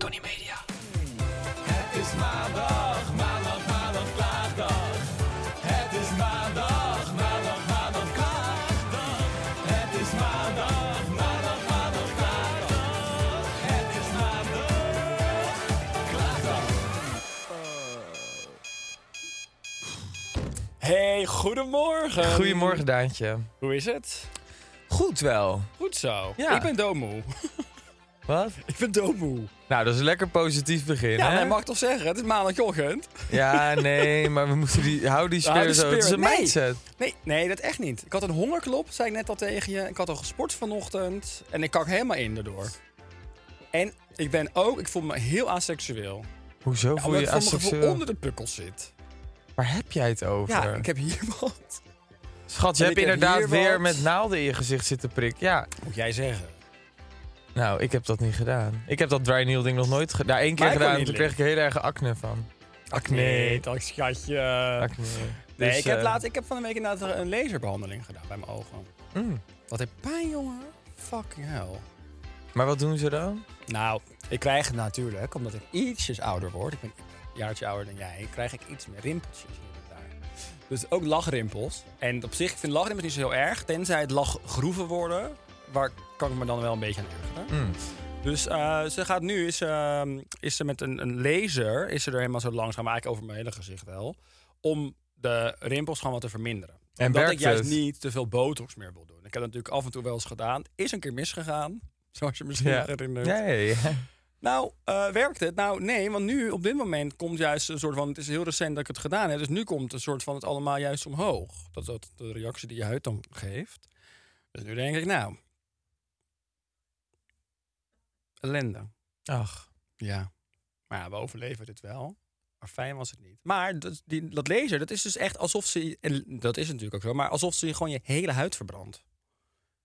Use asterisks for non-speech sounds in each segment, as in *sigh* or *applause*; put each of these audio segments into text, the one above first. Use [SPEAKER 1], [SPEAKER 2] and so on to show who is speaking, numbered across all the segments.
[SPEAKER 1] Tony Media.
[SPEAKER 2] Hey, goedemorgen.
[SPEAKER 3] Goedemorgen, Daantje.
[SPEAKER 2] Hoe is het?
[SPEAKER 3] Goed wel.
[SPEAKER 2] Goed zo.
[SPEAKER 3] Ja.
[SPEAKER 2] Ik ben doodmoe.
[SPEAKER 3] Wat?
[SPEAKER 2] Ik ben doodmoe.
[SPEAKER 3] Nou, dat is een lekker positief begin,
[SPEAKER 2] Ja,
[SPEAKER 3] hè?
[SPEAKER 2] maar mag ik toch zeggen? Het is maandagochtend.
[SPEAKER 3] Ja, nee, maar we moeten die... Hou die
[SPEAKER 2] Hou de
[SPEAKER 3] speer zo. Het is een
[SPEAKER 2] spirit. Nee.
[SPEAKER 3] mindset.
[SPEAKER 2] Nee, nee, dat echt niet. Ik had een hongerklop, zei ik net al tegen je. Ik had al gesport vanochtend. En ik kak helemaal in daardoor. En ik ben ook, ik voel me heel aseksueel.
[SPEAKER 3] Hoezo voel
[SPEAKER 2] Omdat ik
[SPEAKER 3] je
[SPEAKER 2] voor mijn gevoel
[SPEAKER 3] asexueel?
[SPEAKER 2] onder de pukkels zit.
[SPEAKER 3] Waar heb jij het over?
[SPEAKER 2] Ja, ik heb
[SPEAKER 3] *laughs*
[SPEAKER 2] hier wat.
[SPEAKER 3] Schat, je
[SPEAKER 2] en
[SPEAKER 3] hebt
[SPEAKER 2] ik heb
[SPEAKER 3] inderdaad
[SPEAKER 2] hier
[SPEAKER 3] weer
[SPEAKER 2] wat.
[SPEAKER 3] met naalden in je gezicht zitten prikken. Ja,
[SPEAKER 2] Moet jij zeggen.
[SPEAKER 3] nou, ik heb dat niet gedaan. Ik heb dat dry needle ding nog nooit gedaan. Nou, één keer
[SPEAKER 2] Maar ik kon
[SPEAKER 3] gedaan en
[SPEAKER 2] niet
[SPEAKER 3] toen kreeg ik heel erg acne van.
[SPEAKER 2] Nee, dat schatje.
[SPEAKER 3] Acne.
[SPEAKER 2] Nee,
[SPEAKER 3] Dus,
[SPEAKER 2] ik, heb
[SPEAKER 3] eh,
[SPEAKER 2] laat, ik heb van de week inderdaad een laserbehandeling gedaan bij mijn ogen.
[SPEAKER 3] mm.
[SPEAKER 2] Wat heeft pijn, jongen. Fucking hell.
[SPEAKER 3] Maar wat doen ze dan?
[SPEAKER 2] Nou, ik krijg het natuurlijk, omdat ik ietsjes ouder word. Ik ben een jaartje ouder dan jij. Krijg ik iets meer rimpeltjes hier en daar. Dus ook lachrimpels. En op zich, ik vind lachrimpels niet zo heel erg. Tenzij het lachgroeven worden. Waar kan ik me dan wel een beetje aan ergeren.
[SPEAKER 3] Mm.
[SPEAKER 2] Dus eh, ze gaat nu, is, ehm, is ze met een, een laser, is ze er helemaal zo langzaam, maar eigenlijk over mijn hele gezicht wel. Om de rimpels gewoon wat te verminderen.
[SPEAKER 3] En
[SPEAKER 2] Omdat ik
[SPEAKER 3] werkt
[SPEAKER 2] juist
[SPEAKER 3] het?
[SPEAKER 2] niet te veel botox meer wil doen. Ik heb dat natuurlijk af en toe wel eens gedaan. Is een keer misgegaan, *laughs* zoals je misschien
[SPEAKER 3] Ja.
[SPEAKER 2] herinnert.
[SPEAKER 3] Nee.
[SPEAKER 2] Nou, eh, werkt het? Nou, nee, want nu op dit moment komt juist een soort van... Het is heel recent dat ik het gedaan heb, dus nu komt een soort van het allemaal juist omhoog. Dat is dat de reactie die je huid dan geeft. Dus nu denk ik, nou... Ellende.
[SPEAKER 3] Ach.
[SPEAKER 2] Ja. Maar ja, we overleven dit wel. Maar fijn was het niet. Maar dat, die, dat laser, dat is dus echt alsof ze... En dat is natuurlijk ook zo, maar alsof ze gewoon je hele huid verbrandt.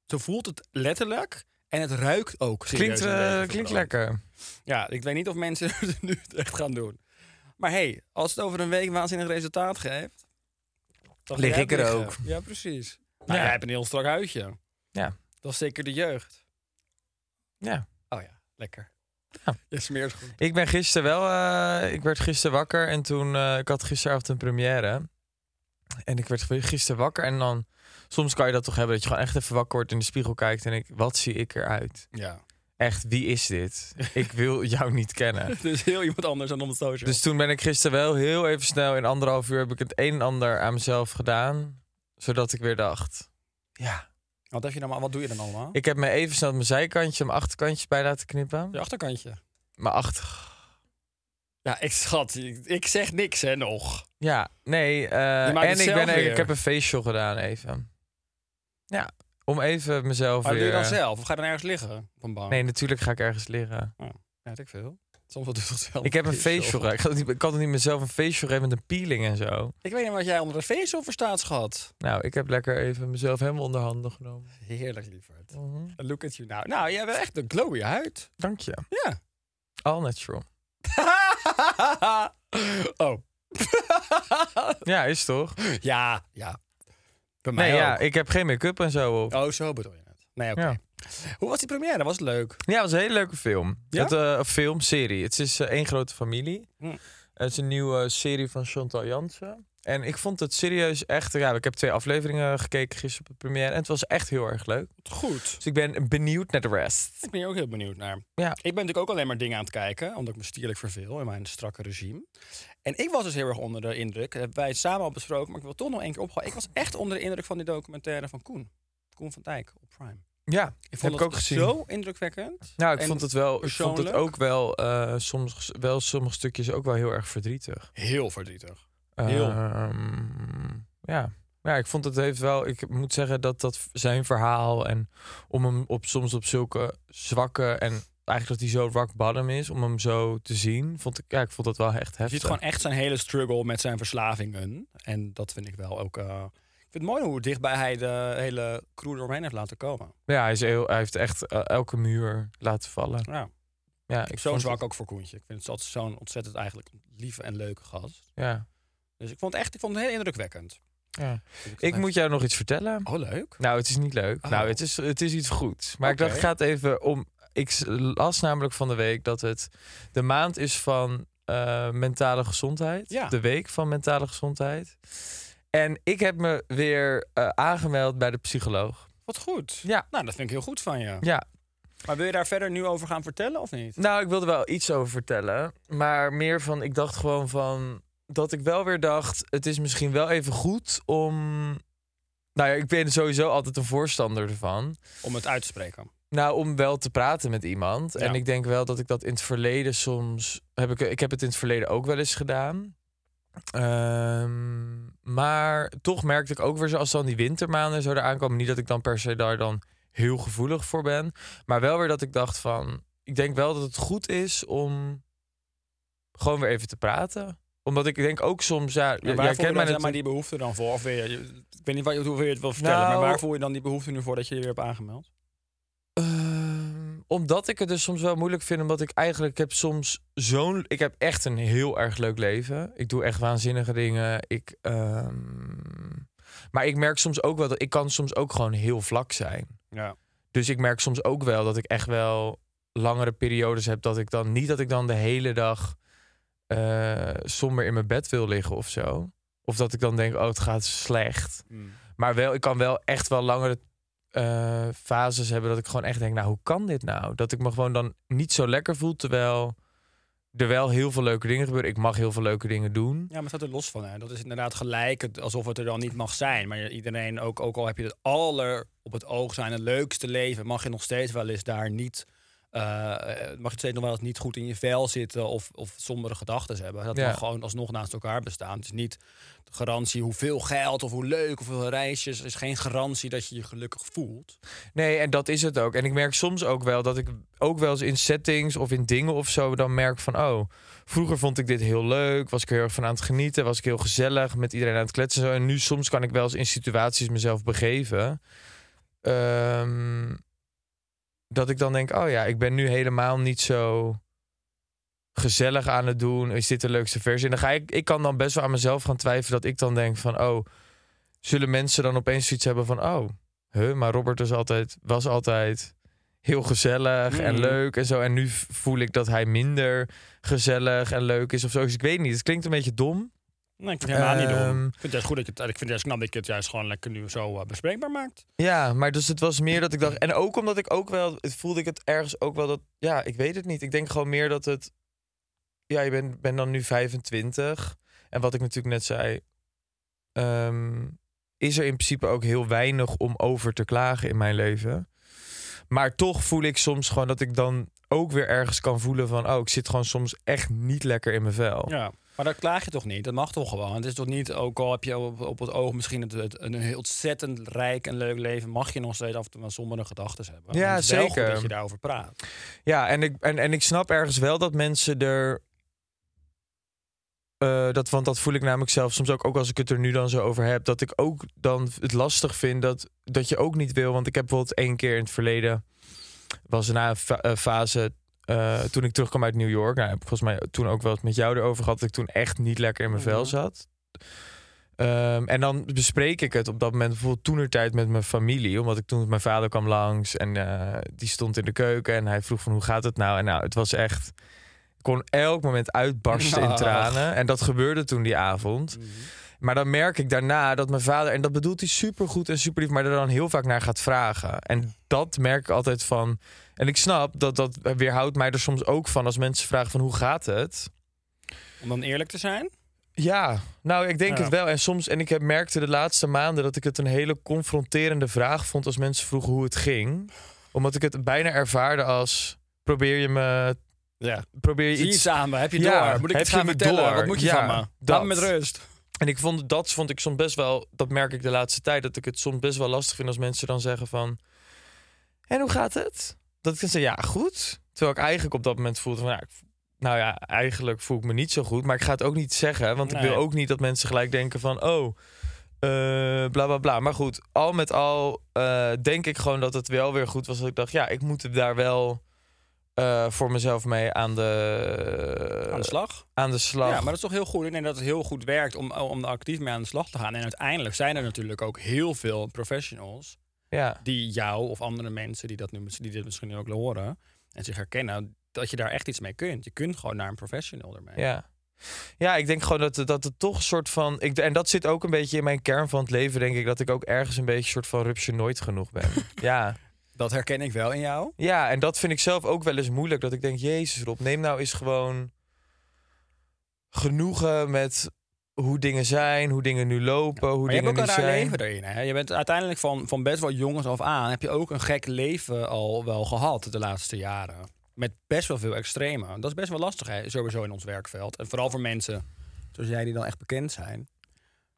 [SPEAKER 2] Zo voelt het letterlijk... En het ruikt ook.
[SPEAKER 3] Klinkt,
[SPEAKER 2] serieus naar
[SPEAKER 3] eh,
[SPEAKER 2] lege
[SPEAKER 3] klinkt
[SPEAKER 2] verbrand.
[SPEAKER 3] lekker.
[SPEAKER 2] Ja, ik weet niet of mensen *laughs* het nu echt gaan doen. Maar hey, als het over een week een waanzinnig resultaat geeft... Dan ga
[SPEAKER 3] Lig
[SPEAKER 2] jij
[SPEAKER 3] ik er
[SPEAKER 2] liggen.
[SPEAKER 3] ook.
[SPEAKER 2] Ja, precies. Nou,
[SPEAKER 3] Ja.
[SPEAKER 2] jij hebt een heel strak huidje.
[SPEAKER 3] Ja.
[SPEAKER 2] Dat is zeker de jeugd.
[SPEAKER 3] Ja.
[SPEAKER 2] Oh ja, lekker.
[SPEAKER 3] Ja.
[SPEAKER 2] Je smeert goed.
[SPEAKER 3] Ik ben gisteren wel. eh, ik werd gisteren wakker en toen. eh, ik had gisteravond een première. En ik werd gisteren wakker en dan. Soms kan je dat toch hebben dat je gewoon echt even wakker wordt in de spiegel kijkt en ik. Wat zie ik eruit?
[SPEAKER 2] Ja. *laughs*
[SPEAKER 3] Echt, wie is dit? Ik wil jou niet kennen.
[SPEAKER 2] Dus heel iemand anders dan op het social.
[SPEAKER 3] Dus toen ben ik gisteren wel heel even snel. In anderhalf uur heb ik het een en ander aan mezelf gedaan. Zodat ik weer dacht. Ja.
[SPEAKER 2] wat, heb je dan, wat doe je dan allemaal?
[SPEAKER 3] Ik heb me even snel mijn zijkantje, mijn achterkantje bij laten knippen.
[SPEAKER 2] Je achterkantje.
[SPEAKER 3] Mijn achter.
[SPEAKER 2] Ja, ik schat. Ik, ik zeg niks, hè, nog.
[SPEAKER 3] Ja, nee. eh,
[SPEAKER 2] het
[SPEAKER 3] en ik,
[SPEAKER 2] zelf
[SPEAKER 3] ben,
[SPEAKER 2] weer.
[SPEAKER 3] ik heb een facial gedaan even. Ja, om even mezelf
[SPEAKER 2] Maar dat
[SPEAKER 3] weer... eh,
[SPEAKER 2] doe je dan zelf? Of ga je dan ergens liggen op een bank?
[SPEAKER 3] Nee, natuurlijk ga ik ergens liggen.
[SPEAKER 2] Ja, weet ik veel. Soms wel doe je dat zelf.
[SPEAKER 3] Ik
[SPEAKER 2] *laughs*
[SPEAKER 3] heb een facial gedaan. Ik had niet- Ik had niet mezelf een facial geven met een peeling en zo.
[SPEAKER 2] Ik weet niet wat jij onder een facial verstaat, schat.
[SPEAKER 3] Nou, ik heb lekker even mezelf helemaal onder handen genomen.
[SPEAKER 2] Heerlijk, lieverd.
[SPEAKER 3] Mhm.
[SPEAKER 2] Look at you now. Nou, jij hebt echt een glowy huid.
[SPEAKER 3] Dank je. *laughs*
[SPEAKER 2] Ja.
[SPEAKER 3] All natural.
[SPEAKER 2] oh.
[SPEAKER 3] Ja, is toch?
[SPEAKER 2] ja, ja. Bij mij
[SPEAKER 3] Nee, ja,
[SPEAKER 2] ook.
[SPEAKER 3] ik heb geen make-up en zo op.
[SPEAKER 2] Oh, zo bedoel je het. Nee, oké. Hoe was die première? Was het leuk?
[SPEAKER 3] Ja, het was een hele leuke film.
[SPEAKER 2] Ja?
[SPEAKER 3] Het, eh, een filmserie. Het is eh, één grote familie.
[SPEAKER 2] Hm.
[SPEAKER 3] Het is een nieuwe serie van Chantal Jansen. En ik vond het serieus echt... Ja, ik heb twee afleveringen gekeken gisteren op de première. En het was echt heel erg leuk.
[SPEAKER 2] Goed.
[SPEAKER 3] Dus ik ben benieuwd naar de rest.
[SPEAKER 2] Ik ben hier ook heel benieuwd naar.
[SPEAKER 3] Ja.
[SPEAKER 2] Ik ben natuurlijk ook alleen maar dingen aan het kijken, omdat ik me stierlijk verveel in mijn strakke regime. En ik was dus heel erg onder de indruk. Dat hebben wij het samen al besproken, maar ik wil toch nog één keer ophouden. Ik was echt onder de indruk van die documentaire van Koen. Koen van Dijk op Prime.
[SPEAKER 3] Ja,
[SPEAKER 2] Ik vond
[SPEAKER 3] heb
[SPEAKER 2] dat
[SPEAKER 3] ik ook gezien.
[SPEAKER 2] zo indrukwekkend.
[SPEAKER 3] Nou, ik
[SPEAKER 2] en
[SPEAKER 3] vond het wel. Ik vond het
[SPEAKER 2] persoonlijk.
[SPEAKER 3] ook wel, eh, soms, wel sommige stukjes ook wel heel erg verdrietig.
[SPEAKER 2] Heel verdrietig. Heel.
[SPEAKER 3] Ehm, ja. ja, ik vond het heeft wel. Ik moet zeggen dat dat zijn verhaal en om hem op soms op zulke zwakke en eigenlijk dat hij zo rock bottom is, om hem zo te zien, vond ik. Ja, ik vond dat wel echt
[SPEAKER 2] Je ziet
[SPEAKER 3] heftig.
[SPEAKER 2] gewoon echt zijn hele struggle met zijn verslavingen. En dat vind ik wel ook... eh, ik vind het mooi hoe dichtbij hij de hele crew eromheen heeft laten komen.
[SPEAKER 3] Ja, hij, is heel, hij heeft echt eh, elke muur laten vallen.
[SPEAKER 2] Ja,
[SPEAKER 3] Ja, ik
[SPEAKER 2] zo
[SPEAKER 3] vond
[SPEAKER 2] zwak
[SPEAKER 3] het-
[SPEAKER 2] ook voor Koentje. Ik vind het altijd zo'n ontzettend eigenlijk lieve en leuke gast.
[SPEAKER 3] ja,
[SPEAKER 2] Dus ik vond het echt ik vond het heel indrukwekkend.
[SPEAKER 3] ja.
[SPEAKER 2] Dus dacht
[SPEAKER 3] Ik
[SPEAKER 2] even-
[SPEAKER 3] moet jou nog iets vertellen.
[SPEAKER 2] Oh, leuk.
[SPEAKER 3] Nou, het is niet leuk.
[SPEAKER 2] Oh.
[SPEAKER 3] Nou, het is, het is iets goeds. Maar
[SPEAKER 2] Oké.
[SPEAKER 3] ik dacht, ik ga het even om. Ik s- las namelijk van de week dat het de maand is van eh, mentale gezondheid.
[SPEAKER 2] Ja.
[SPEAKER 3] De week van mentale gezondheid. En ik heb me weer eh, aangemeld bij de psycholoog.
[SPEAKER 2] Wat goed.
[SPEAKER 3] Ja.
[SPEAKER 2] Nou, dat vind ik heel goed van je.
[SPEAKER 3] Ja.
[SPEAKER 2] Maar wil je daar verder nu over gaan vertellen of niet?
[SPEAKER 3] Nou, ik wilde wel iets over vertellen. Maar meer van, ik dacht gewoon van. Dat ik wel weer dacht, het is misschien wel even goed om. Nou ja, ik ben sowieso altijd een voorstander ervan.
[SPEAKER 2] Om het uit te spreken.
[SPEAKER 3] Nou, om wel te praten met iemand. En
[SPEAKER 2] Ja.
[SPEAKER 3] ik denk wel dat ik dat in het verleden soms. Heb ik, ik heb het in het verleden ook wel eens gedaan. Ehm, maar toch merkte ik ook weer, zoals dan die wintermaanden zo eraan kwamen. Niet dat ik dan per se daar dan heel gevoelig voor ben. Maar wel weer dat ik dacht van. Ik denk wel dat het goed is om gewoon weer even te praten. Omdat ik denk ook soms. Ja,
[SPEAKER 2] En
[SPEAKER 3] jij
[SPEAKER 2] waar voel je
[SPEAKER 3] kent mij
[SPEAKER 2] dan zeg maar
[SPEAKER 3] natuurlijk-
[SPEAKER 2] die behoefte dan voor? Of wil je, ik weet niet wat, hoeveel je het wil vertellen,
[SPEAKER 3] Nou-
[SPEAKER 2] maar waar voel je dan die behoefte nu voor dat je je weer hebt aangemeld?
[SPEAKER 3] Ehm, omdat ik het dus soms wel moeilijk vind, omdat ik eigenlijk ik heb soms zo'n, ik heb echt een heel erg leuk leven. Ik doe echt waanzinnige dingen. Ik, ehm, maar ik merk soms ook wel dat ik kan soms ook gewoon heel vlak zijn.
[SPEAKER 2] Ja.
[SPEAKER 3] Dus ik merk soms ook wel dat ik echt wel langere periodes heb dat ik dan niet dat ik dan de hele dag eh somber in mijn bed wil liggen of zo. Of dat ik dan denk, oh, het gaat slecht. Maar wel, ik kan wel echt wel langere eh, fases hebben dat ik gewoon echt denk, nou, hoe kan dit nou? Dat ik me gewoon dan niet zo lekker voel, terwijl er wel heel veel leuke dingen gebeuren. Ik mag heel veel leuke dingen doen.
[SPEAKER 2] Ja, maar het staat er los van. Hè? Dat is inderdaad gelijk het- alsof het er dan niet mag zijn. Maar iedereen, ook, ook al heb je het aller op het oog zijn, het leukste leven, mag je nog steeds wel eens daar niet. eh, mag je steeds nog wel eens niet goed in je vel zitten of, of sombere gedachten hebben. Dat
[SPEAKER 3] Ja.
[SPEAKER 2] mag gewoon alsnog naast elkaar bestaan. Het is niet de garantie hoeveel geld of hoe leuk of hoeveel reisjes. Er is geen garantie dat je je gelukkig voelt.
[SPEAKER 3] Nee, en dat is het ook. En ik merk soms ook wel dat ik ook wel eens in settings of in dingen of zo dan merk van, oh, vroeger vond ik dit heel leuk, was ik er heel erg van aan het genieten, was ik heel gezellig met iedereen aan het kletsen en zo. En nu soms kan ik wel eens in situaties mezelf begeven. ehm, dat ik dan denk, oh ja, ik ben nu helemaal niet zo gezellig aan het doen. Is dit de leukste versie? En dan ga ik, ik kan dan best wel aan mezelf gaan twijfelen dat ik dan denk van, oh, zullen mensen dan opeens zoiets hebben van, oh, huh, maar Robert is altijd, was altijd heel gezellig en
[SPEAKER 2] Mm.
[SPEAKER 3] leuk en zo. En nu v- voel ik dat hij minder gezellig en leuk is of zo. Dus ik weet niet, het klinkt een beetje dom.
[SPEAKER 2] Nee, ik vind het helemaal niet dom.
[SPEAKER 3] Ehm.
[SPEAKER 2] Ik vind het juist goed dat je het, ik vind het juist knap dat je het juist gewoon lekker nu zo eh, bespreekbaar maakt.
[SPEAKER 3] Ja, maar dus het was meer dat ik dacht... En ook omdat ik ook wel... het Voelde ik het ergens ook wel dat... Ja, ik weet het niet. Ik denk gewoon meer dat het... Ja, je bent ben dan nu 25. En wat ik natuurlijk net zei... ehm, is er in principe ook heel weinig om over te klagen in mijn leven. Maar toch voel ik soms gewoon dat ik dan ook weer ergens kan voelen van... Oh, ik zit gewoon soms echt niet lekker in mijn vel.
[SPEAKER 2] Ja, maar dat klaag je toch niet? Dat mag toch gewoon? Het is toch niet, ook al heb je op, op het oog misschien het, het- een heel ontzettend rijk en leuk leven, mag je nog steeds af en toe wel sombere gedachten hebben.
[SPEAKER 3] Ja,
[SPEAKER 2] En het is wel
[SPEAKER 3] zeker.
[SPEAKER 2] goed dat je daarover praat.
[SPEAKER 3] Ja, en ik, en, en ik snap ergens wel dat mensen er. eh, dat, want dat voel ik namelijk zelf soms ook, ook als ik het er nu dan zo over heb. Dat ik ook dan het lastig vind dat, dat je ook niet wil. Want ik heb bijvoorbeeld één keer in het verleden. was er na een fa- eh, fase. eh, toen ik terugkwam uit New York. Nou, heb ik volgens mij toen ook wel het met jou erover gehad. Dat ik toen echt niet lekker in mijn vel
[SPEAKER 2] Ja.
[SPEAKER 3] zat. Ehm, en dan bespreek ik het op dat moment bijvoorbeeld toenertijd met mijn familie. Omdat ik toen mijn vader kwam langs en eh, die stond in de keuken en hij vroeg van hoe gaat het nou? En nou, het was echt, ik kon elk moment uitbarsten in
[SPEAKER 2] Ach.
[SPEAKER 3] tranen. En dat gebeurde toen die avond. Maar dan merk ik daarna dat mijn vader, en dat bedoelt hij supergoed en super lief, maar er dan heel vaak naar gaat vragen. En dat merk ik altijd van. En ik snap dat dat weerhoudt mij er soms ook van als mensen vragen van hoe gaat het?
[SPEAKER 2] Om dan eerlijk te zijn.
[SPEAKER 3] Ja, nou ik denk
[SPEAKER 2] Ja.
[SPEAKER 3] het wel. En soms, en ik heb merkte de laatste maanden dat ik het een hele confronterende vraag vond als mensen vroegen hoe het ging. Omdat ik het bijna ervaarde als probeer je me
[SPEAKER 2] Ja.
[SPEAKER 3] probeer je
[SPEAKER 2] Zie je
[SPEAKER 3] iets
[SPEAKER 2] iets aan me? Heb je door?
[SPEAKER 3] Ja,
[SPEAKER 2] Moet ik
[SPEAKER 3] heb
[SPEAKER 2] het
[SPEAKER 3] je
[SPEAKER 2] gaan
[SPEAKER 3] me
[SPEAKER 2] vertellen?
[SPEAKER 3] door?
[SPEAKER 2] Wat moet je
[SPEAKER 3] Ja,
[SPEAKER 2] van me? Laat
[SPEAKER 3] dat.
[SPEAKER 2] me met rust.
[SPEAKER 3] En ik vond dat vond ik soms best wel, dat merk ik de laatste tijd, dat ik het soms best wel lastig vind als mensen dan zeggen van. En hoe gaat het? Dat ik dan zeg, ja, goed. Terwijl ik eigenlijk op dat moment voelde van, ja, ik- nou ja, eigenlijk voel ik me niet zo goed, maar ik ga het ook niet zeggen, want ik
[SPEAKER 2] Nee.
[SPEAKER 3] wil ook niet dat mensen gelijk denken van, oh, eh, bla bla bla. Maar goed, al met al eh, denk ik gewoon dat het wel weer goed was. Dat ik dacht, ja, ik moet daar wel eh, voor mezelf mee aan de,
[SPEAKER 2] Aan de slag.
[SPEAKER 3] aan de slag.
[SPEAKER 2] Ja, maar dat is toch heel goed. Ik denk dat het heel goed werkt om, om er actief mee aan de slag te gaan. En uiteindelijk zijn er natuurlijk ook heel veel professionals
[SPEAKER 3] ja.
[SPEAKER 2] die jou of andere mensen die, dat nu, die dit misschien nu ook horen en zich herkennen, dat je daar echt iets mee kunt. Je kunt gewoon naar een professional ermee.
[SPEAKER 3] Ja. Ja, ik denk gewoon dat, dat het toch een soort van. Ik, en dat zit ook een beetje in mijn kern van het leven, denk ik. Dat ik ook ergens een beetje een soort van rupsje nooit
[SPEAKER 2] *laughs*
[SPEAKER 3] genoeg ben. ja.
[SPEAKER 2] Dat herken ik wel in jou.
[SPEAKER 3] ja, en dat vind ik zelf ook wel eens moeilijk. Dat ik denk, Jezus Rob, neem nou eens gewoon genoegen met hoe dingen zijn, hoe dingen nu lopen, hoe
[SPEAKER 2] Maar je hebt
[SPEAKER 3] dingen
[SPEAKER 2] ook een
[SPEAKER 3] nu
[SPEAKER 2] raar
[SPEAKER 3] zijn.
[SPEAKER 2] leven erin. Hè? Je bent uiteindelijk van, van best wel jongens af aan. Heb je ook een gek leven al wel gehad de laatste jaren. Met best wel veel extreme. Dat is best wel lastig hè? sowieso in ons werkveld. En vooral voor mensen zoals jij die dan echt bekend zijn.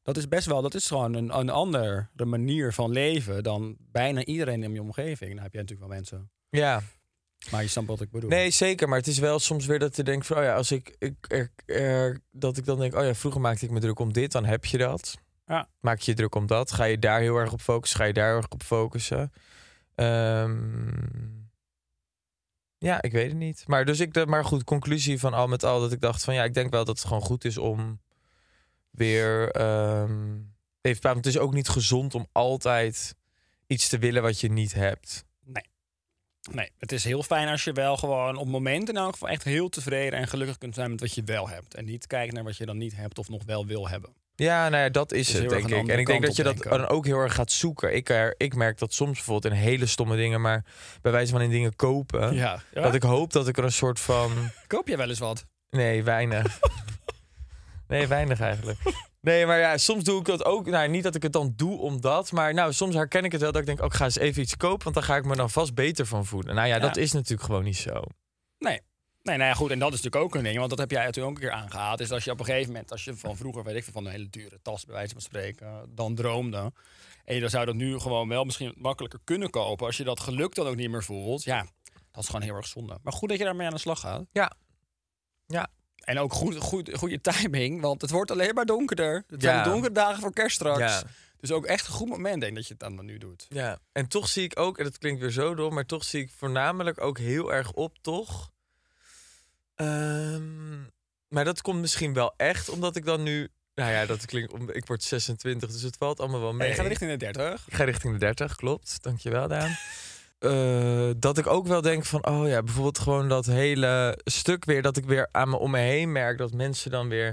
[SPEAKER 2] Dat is best wel, dat is gewoon een, een andere manier van leven dan bijna iedereen in je omgeving. Nou heb jij natuurlijk wel mensen.
[SPEAKER 3] Ja.
[SPEAKER 2] Maar je snapt wat ik bedoel.
[SPEAKER 3] Nee, zeker. Maar het is wel soms weer dat je denkt van, oh ja, als ik, ik er, er- dat ik dan denk, oh ja, vroeger maakte ik me druk om dit, dan heb je dat.
[SPEAKER 2] Ja.
[SPEAKER 3] Maak je je druk om dat? Ga je daar heel erg op focussen? Ga je daar heel erg op focussen? Ehm, ja, ik weet het niet. Maar dus ik, de- maar goed, conclusie van al met al dat ik dacht van, ja, ik denk wel dat het gewoon goed is om weer ehm even te praten. Want het is ook niet gezond om altijd iets te willen wat je niet hebt.
[SPEAKER 2] Nee, het is heel fijn als je wel gewoon op momenten in elk geval echt heel tevreden en gelukkig kunt zijn met wat je wel hebt. En niet kijken naar wat je dan niet hebt of nog wel wil hebben.
[SPEAKER 3] Ja, nou ja, dat is
[SPEAKER 2] Dus
[SPEAKER 3] het,
[SPEAKER 2] heel erg
[SPEAKER 3] denk
[SPEAKER 2] een
[SPEAKER 3] ik.
[SPEAKER 2] andere
[SPEAKER 3] En ik denk
[SPEAKER 2] kant
[SPEAKER 3] dat je
[SPEAKER 2] op
[SPEAKER 3] dat
[SPEAKER 2] denken.
[SPEAKER 3] dan ook heel erg gaat zoeken. Ik, er, ik merk dat soms bijvoorbeeld in hele stomme dingen, maar bij wijze van in dingen kopen.
[SPEAKER 2] Ja.
[SPEAKER 3] Dat ik hoop dat ik er een soort van.
[SPEAKER 2] Koop je wel eens wat?
[SPEAKER 3] Nee, weinig.
[SPEAKER 2] *laughs*
[SPEAKER 3] nee, weinig eigenlijk. Nee, maar ja, soms doe ik dat ook. Nou, niet dat ik het dan doe omdat. Maar nou, soms herken ik het wel dat ik denk, oh, ik ga eens even iets kopen, want daar ga ik me dan vast beter van voelen. Nou ja,
[SPEAKER 2] Ja.
[SPEAKER 3] dat is natuurlijk gewoon niet zo.
[SPEAKER 2] Nee. Nee, nou ja, goed. En dat is natuurlijk ook een ding, want dat heb jij natuurlijk ook een keer aangehaald. Is als je op een gegeven moment, als je van vroeger, weet ik veel, van een hele dure tas, bij wijze van spreken, dan droomde. En je dan zou dat nu gewoon wel misschien makkelijker kunnen kopen. Als je dat geluk dan ook niet meer voelt. Ja, dat is gewoon heel erg zonde. Maar goed dat je daarmee aan de slag gaat.
[SPEAKER 3] Ja. Ja.
[SPEAKER 2] En ook goed, goed, goede timing, want het wordt alleen maar donkerder. Het
[SPEAKER 3] Ja.
[SPEAKER 2] zijn de donkere dagen voor kerst straks.
[SPEAKER 3] Ja.
[SPEAKER 2] Dus ook echt een goed moment, denk ik, dat je het dan nu doet.
[SPEAKER 3] Ja, en toch zie ik ook, en dat klinkt weer zo dom, maar toch zie ik voornamelijk ook heel erg op, toch? Ehm, maar dat komt misschien wel echt omdat ik dan nu. Nou ja, dat klinkt. om- Ik word 26, dus het valt allemaal wel mee.
[SPEAKER 2] Nee. Je gaat richting de 30.
[SPEAKER 3] Ik ga richting de 30, klopt. Dankjewel, Daan. Eh, dat ik ook wel denk van, oh ja, bijvoorbeeld gewoon dat hele stuk weer, dat ik weer aan me om me heen merk dat mensen dan weer.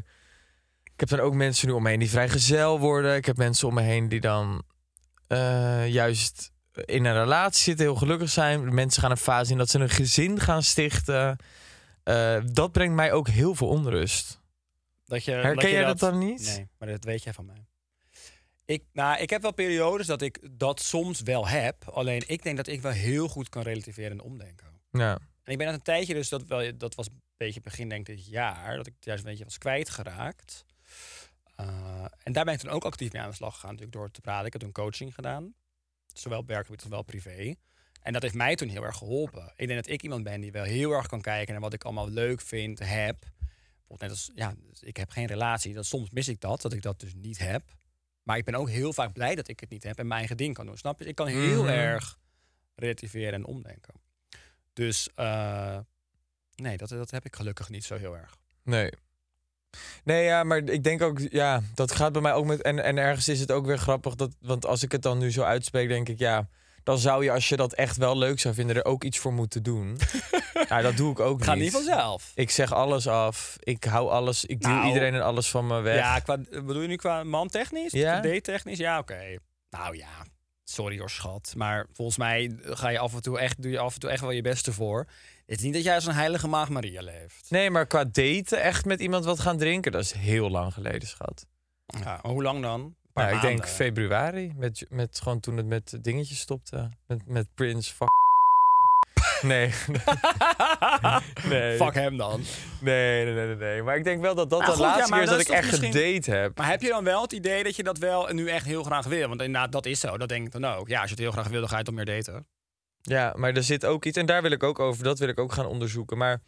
[SPEAKER 3] Ik heb dan ook mensen nu om me heen die vrijgezel worden. Ik heb mensen om me heen die dan eh, juist in een relatie zitten, heel gelukkig zijn. Mensen gaan een fase in dat ze een gezin gaan stichten. Eh, dat brengt mij ook heel veel onrust.
[SPEAKER 2] Dat je,
[SPEAKER 3] Herken
[SPEAKER 2] je
[SPEAKER 3] jij dat dan niet?
[SPEAKER 2] Nee, maar dat weet jij van mij. Ik, nou, ik heb wel periodes dat ik dat soms wel heb. Alleen ik denk dat ik wel heel goed kan relativeren en omdenken.
[SPEAKER 3] Ja.
[SPEAKER 2] En ik ben net een tijdje, dus dat, wel, dat was een beetje begin denk ik dit jaar, dat ik het juist een beetje was kwijtgeraakt. Eh, en daar ben ik toen ook actief mee aan de slag gegaan, natuurlijk door te praten. Ik heb toen coaching gedaan, zowel op werkgebied als wel privé. En dat heeft mij toen heel erg geholpen. Ik denk dat ik iemand ben die wel heel erg kan kijken naar wat ik allemaal leuk vind, heb. Bijvoorbeeld net als, ja, dus ik heb geen relatie. Dat, soms mis ik dat, dat ik dat dus niet heb. Maar ik ben ook heel vaak blij dat ik het niet heb en mijn eigen ding kan doen. Snap je? Ik kan heel
[SPEAKER 3] Mhm.
[SPEAKER 2] erg relativeren en omdenken. Dus eh, nee, dat, dat heb ik gelukkig niet zo heel erg.
[SPEAKER 3] Nee. Nee, ja, maar ik denk ook, ja, dat gaat bij mij ook met. En, en ergens is het ook weer grappig, dat, want als ik het dan nu zo uitspreek, denk ik, ja, dan zou je, als je dat echt wel leuk zou vinden, er ook iets voor moeten
[SPEAKER 2] *laughs*
[SPEAKER 3] doen. ja, dat doe ik ook
[SPEAKER 2] Gaat
[SPEAKER 3] niet.
[SPEAKER 2] niet vanzelf.
[SPEAKER 3] Ik zeg alles af. Ik hou alles. Ik duw
[SPEAKER 2] Nou.
[SPEAKER 3] iedereen en alles van me weg.
[SPEAKER 2] Ja, qua, bedoel je nu qua man-technisch?
[SPEAKER 3] Ja.
[SPEAKER 2] D-technisch? Ja, oké. Nou ja, sorry hoor schat. Maar volgens mij ga je af en toe echt, doe je af en toe echt wel je beste voor. Het is niet dat jij als een heilige maagd Maria leeft.
[SPEAKER 3] Nee, maar qua daten, echt met iemand wat gaan drinken, dat is heel lang geleden, schat.
[SPEAKER 2] Ja, maar hoe lang dan? Een paar
[SPEAKER 3] Nou, ik denk
[SPEAKER 2] maanden. *laughs*
[SPEAKER 3] februari, met, met gewoon toen het met dingetjes stopte. Met, met
[SPEAKER 2] *laughs*
[SPEAKER 3] Prince, fuck. Nee. nee.
[SPEAKER 2] Fuck hem dan.
[SPEAKER 3] Nee, nee, nee, nee, nee. Maar ik denk wel dat dat
[SPEAKER 2] Nou
[SPEAKER 3] de
[SPEAKER 2] goed, ja,
[SPEAKER 3] laatste
[SPEAKER 2] maar
[SPEAKER 3] keer is
[SPEAKER 2] dat
[SPEAKER 3] dat ik
[SPEAKER 2] is
[SPEAKER 3] echt
[SPEAKER 2] toch misschien-
[SPEAKER 3] gedate heb.
[SPEAKER 2] Maar heb je dan wel het idee dat je dat wel nu echt heel graag wil? Want inderdaad, dat is zo. Dat denk ik dan ook. Ja, als je het heel graag wil, dan ga je toch meer daten.
[SPEAKER 3] Ja, maar er zit ook iets, en daar wil ik ook over, dat wil ik ook gaan onderzoeken. Maar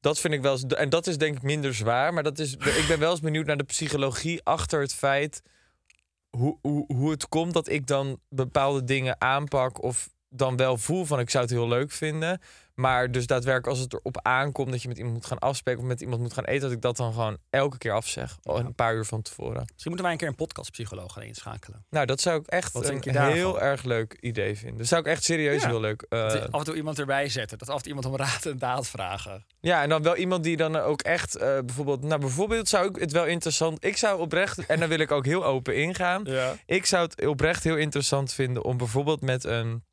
[SPEAKER 3] dat vind ik wel, eens- en dat is denk ik minder zwaar, maar dat is, ik ben wel eens benieuwd naar de psychologie achter het feit hoe, hoe, hoe het komt dat ik dan bepaalde dingen aanpak of dan wel voel van ik zou het heel leuk vinden. Maar dus daadwerkelijk als het erop aankomt dat je met iemand moet gaan afspreken of met iemand moet gaan eten, dat ik dat dan gewoon elke keer afzeg, al een paar uur van tevoren.
[SPEAKER 2] Misschien moeten wij een keer een podcastpsycholoog gaan inschakelen.
[SPEAKER 3] Nou, dat zou ik echt
[SPEAKER 2] Wat denk je
[SPEAKER 3] een
[SPEAKER 2] daarvan?
[SPEAKER 3] heel erg leuk idee vinden. Dat zou ik echt serieus
[SPEAKER 2] Ja.
[SPEAKER 3] heel leuk. eh,
[SPEAKER 2] Dat af en toe iemand erbij zetten. Dat af en toe iemand om raad en daad vragen.
[SPEAKER 3] ja, en dan wel iemand die dan ook echt eh, bijvoorbeeld. Nou, bijvoorbeeld zou ik het wel interessant. Ik zou oprecht, en daar wil ik ook heel open ingaan.
[SPEAKER 2] Ja.
[SPEAKER 3] Ik zou het oprecht heel interessant vinden om bijvoorbeeld met een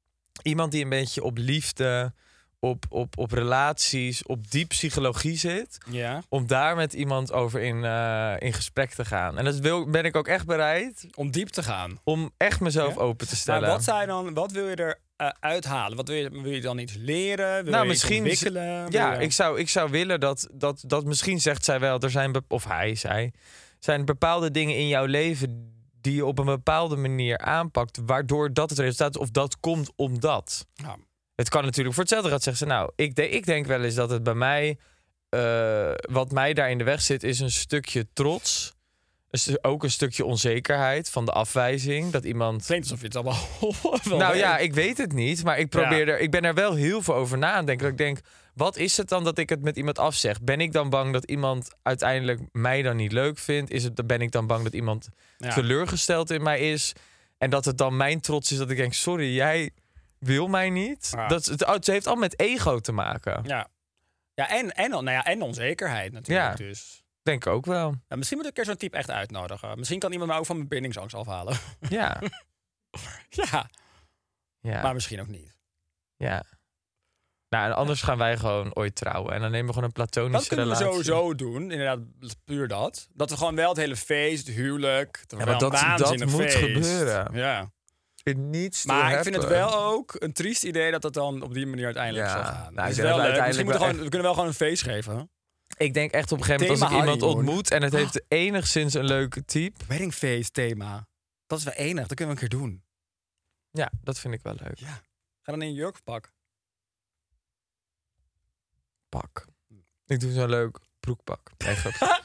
[SPEAKER 3] iemand die een beetje op liefde, op, op, op relaties, op diep psychologie zit.
[SPEAKER 2] Ja.
[SPEAKER 3] Om daar met iemand over in, eh, in gesprek te gaan. En dat wil, ben ik ook echt bereid
[SPEAKER 2] Om diep te gaan.
[SPEAKER 3] om echt mezelf
[SPEAKER 2] Ja?
[SPEAKER 3] open te stellen.
[SPEAKER 2] Maar wat, zou je dan, wat wil je er eh, uithalen? Wat wil je, wil je dan iets leren? Wil
[SPEAKER 3] nou,
[SPEAKER 2] je iets
[SPEAKER 3] misschien.
[SPEAKER 2] ontwikkelen?
[SPEAKER 3] Ja,
[SPEAKER 2] Wil je-
[SPEAKER 3] ik zou, ik zou willen dat, dat, dat misschien zegt zij wel, er zijn, bep- of hij, zij, zijn bepaalde dingen in jouw leven die je op een bepaalde manier aanpakt, waardoor dat het resultaat is, of dat komt omdat.
[SPEAKER 2] Ja.
[SPEAKER 3] Het kan natuurlijk voor hetzelfde gaat zeggen ze, nou, ik, de, ik denk wel eens dat het bij mij, eh, wat mij daar in de weg zit, is een stukje trots. Een stu- Ook een stukje onzekerheid van de afwijzing. Dat iemand
[SPEAKER 2] Het klinkt alsof je het allemaal *laughs* wel
[SPEAKER 3] nou
[SPEAKER 2] weet.
[SPEAKER 3] ja, ik weet het niet, maar ik probeer er, ik ben er wel heel veel over na aan denken. Dat ik denk, wat is het dan dat ik het met iemand afzeg? Ben ik dan bang dat iemand uiteindelijk mij dan niet leuk vindt? Is het, ben ik dan bang dat iemand
[SPEAKER 2] Ja.
[SPEAKER 3] teleurgesteld in mij is? En dat het dan mijn trots is dat ik denk, sorry, jij wil mij niet?
[SPEAKER 2] Ja.
[SPEAKER 3] Dat, het, oh, het heeft allemaal met ego te maken.
[SPEAKER 2] Ja, ja, en, en, nou ja en onzekerheid natuurlijk.
[SPEAKER 3] Ja.
[SPEAKER 2] Dus.
[SPEAKER 3] Denk ik ook
[SPEAKER 2] *laughs*
[SPEAKER 3] wel.
[SPEAKER 2] Ja, misschien moet ik een keer zo'n type echt uitnodigen. Misschien kan iemand me ook van mijn bindingsangst afhalen. *laughs*
[SPEAKER 3] Ja,
[SPEAKER 2] ja,
[SPEAKER 3] ja,
[SPEAKER 2] maar misschien ook niet.
[SPEAKER 3] ja. Nou, en anders gaan wij gewoon ooit trouwen. En dan nemen we gewoon een platonische
[SPEAKER 2] Dat kunnen we
[SPEAKER 3] relatie.
[SPEAKER 2] sowieso doen, inderdaad, puur dat. Dat we gewoon wel het hele feest, het huwelijk, het
[SPEAKER 3] maar
[SPEAKER 2] wel
[SPEAKER 3] dat-
[SPEAKER 2] een
[SPEAKER 3] dat
[SPEAKER 2] waanzinnig
[SPEAKER 3] moet
[SPEAKER 2] feest.
[SPEAKER 3] gebeuren.
[SPEAKER 2] Ja.
[SPEAKER 3] Ik vind niets te
[SPEAKER 2] Maar ik vind het
[SPEAKER 3] happen.
[SPEAKER 2] wel ook een triest idee dat dat dan op die manier uiteindelijk
[SPEAKER 3] Ja,
[SPEAKER 2] zal
[SPEAKER 3] nou,
[SPEAKER 2] gaan.
[SPEAKER 3] ik
[SPEAKER 2] Dat is
[SPEAKER 3] denk
[SPEAKER 2] wel
[SPEAKER 3] dat we
[SPEAKER 2] leuk. Misschien
[SPEAKER 3] uiteindelijk
[SPEAKER 2] moeten we
[SPEAKER 3] wel
[SPEAKER 2] gewoon, we kunnen wel gewoon een feest geven.
[SPEAKER 3] Ik denk echt op een gegeven moment als
[SPEAKER 2] Thema Ah.
[SPEAKER 3] ik iemand
[SPEAKER 2] honeymoon.
[SPEAKER 3] ontmoet en het heeft enigszins een leuke type.
[SPEAKER 2] Weddingfeest thema. Dat is wel enig, dat kunnen we een keer doen.
[SPEAKER 3] Ja, dat vind ik wel leuk.
[SPEAKER 2] Ja. Ga dan in een jurkpak.
[SPEAKER 3] Pak. Ik doe zo'n leuk broekpak.
[SPEAKER 2] *laughs*
[SPEAKER 3] Nee, grapje.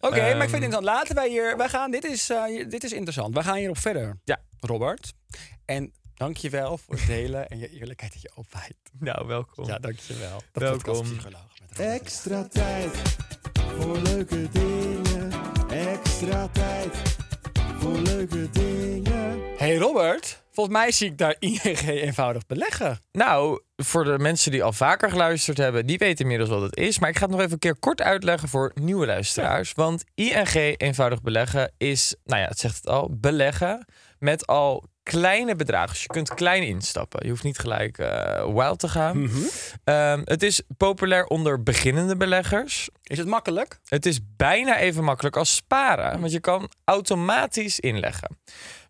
[SPEAKER 2] Oké, maar ik vind het
[SPEAKER 3] Ehm.
[SPEAKER 2] interessant. Laten wij hier. Wij gaan, dit, is, eh, hier- dit is interessant. Wij gaan hierop verder.
[SPEAKER 3] Ja.
[SPEAKER 2] Robert. En dankjewel voor het delen en je eerlijkheid dat je openheid.
[SPEAKER 3] nou, welkom.
[SPEAKER 2] Ja, dankjewel. De
[SPEAKER 3] Welkom.
[SPEAKER 2] podcastpsycholoog met Robert.
[SPEAKER 1] Extra tijd voor leuke dingen. Extra tijd voor leuke dingen.
[SPEAKER 2] Hey Robert, volgens mij zie ik daar ING *laughs* eenvoudig beleggen.
[SPEAKER 3] Nou, voor de mensen die al vaker geluisterd hebben, die weten inmiddels wat het is. Maar ik ga het nog even een keer kort uitleggen voor nieuwe luisteraars. Want ING eenvoudig beleggen is, nou ja, het zegt het al, beleggen met al kleine bedragen. Dus je kunt klein instappen. Je hoeft niet gelijk eh wild te gaan. Ehm, het is populair onder beginnende beleggers.
[SPEAKER 2] Is het makkelijk?
[SPEAKER 3] Het is bijna even makkelijk als sparen, want je kan automatisch inleggen.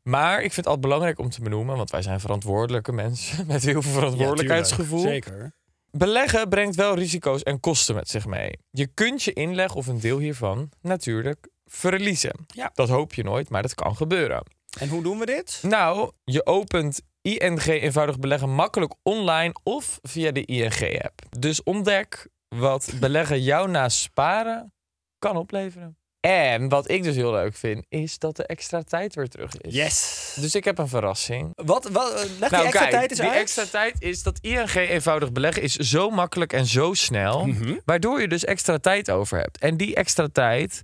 [SPEAKER 3] Maar ik vind het altijd belangrijk om te benoemen, want wij zijn verantwoordelijke mensen *laughs* met heel veel verantwoordelijkheidsgevoel.
[SPEAKER 2] Zeker.
[SPEAKER 3] Beleggen brengt wel risico's en kosten met zich mee. Je kunt je inleg of een deel hiervan natuurlijk verliezen.
[SPEAKER 2] Ja.
[SPEAKER 3] Dat hoop je nooit, maar dat kan gebeuren.
[SPEAKER 2] En hoe doen we dit?
[SPEAKER 3] Nou, je opent ING eenvoudig beleggen makkelijk online of via de ING-app. Dus ontdek wat beleggen jou na sparen kan opleveren. En wat ik dus heel leuk vind, is dat de extra tijd weer terug is.
[SPEAKER 2] Yes.
[SPEAKER 3] Dus ik heb een verrassing.
[SPEAKER 2] Wat, wat, eh, leg die extra
[SPEAKER 3] kijk,
[SPEAKER 2] tijd eens
[SPEAKER 3] Nou, die
[SPEAKER 2] uit.
[SPEAKER 3] extra tijd is dat ING eenvoudig beleggen is zo
[SPEAKER 2] Mhm.
[SPEAKER 3] makkelijk en zo snel, waardoor je dus extra tijd over hebt. En die extra tijd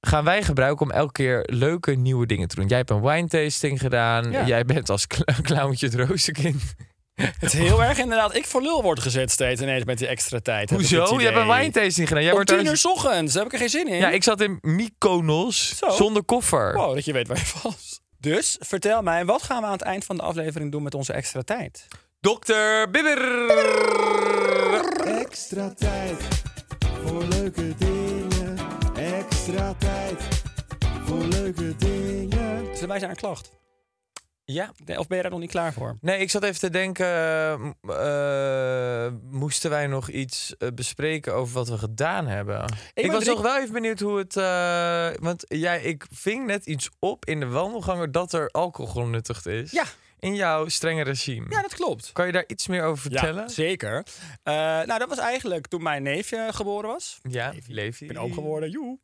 [SPEAKER 3] gaan wij gebruiken om elke keer leuke nieuwe dingen te doen. Jij hebt een wine tasting gedaan.
[SPEAKER 2] Ja.
[SPEAKER 3] Jij bent als cl- clowntje het roosterkind.
[SPEAKER 2] Het is heel erg inderdaad. Ik voor lul word gezet steeds ineens met die extra tijd. heb ik het
[SPEAKER 3] Hoezo? Je hebt een
[SPEAKER 2] idee.
[SPEAKER 3] wine tasting gedaan. Jij
[SPEAKER 2] Om
[SPEAKER 3] wordt
[SPEAKER 2] tien
[SPEAKER 3] daar-
[SPEAKER 2] uur 's ochtends. Daar heb ik er geen zin in.
[SPEAKER 3] Ja, ik zat in Mykonos
[SPEAKER 2] Zo.
[SPEAKER 3] zonder koffer.
[SPEAKER 2] Wow, dat je weet waar je was. Dus vertel mij, wat gaan we aan het eind van de aflevering doen met onze extra tijd?
[SPEAKER 3] Dokter Bibber.
[SPEAKER 1] Extra tijd voor leuke dingen. Extra tijd voor leuke dingen.
[SPEAKER 2] Zullen wij zijn aan klacht?
[SPEAKER 3] Ja.
[SPEAKER 2] Nee, Of ben je daar nog niet klaar voor?
[SPEAKER 3] Nee, ik zat even te denken, eh, m- eh, moesten wij nog iets eh, bespreken over wat we gedaan hebben? Ik,
[SPEAKER 2] ben
[SPEAKER 3] was
[SPEAKER 2] drie-
[SPEAKER 3] nog wel even benieuwd hoe het... eh, want jij, ik ving net iets op in de wandelganger dat er alcohol genuttigd is.
[SPEAKER 2] Ja.
[SPEAKER 3] In jouw strenge regime.
[SPEAKER 2] Ja, dat klopt.
[SPEAKER 3] Kan je daar iets meer over vertellen?
[SPEAKER 2] Ja, zeker. Eh, nou, dat was eigenlijk toen mijn neefje geboren was.
[SPEAKER 3] Ja, Levi.
[SPEAKER 2] Ik ben oom geworden, joe.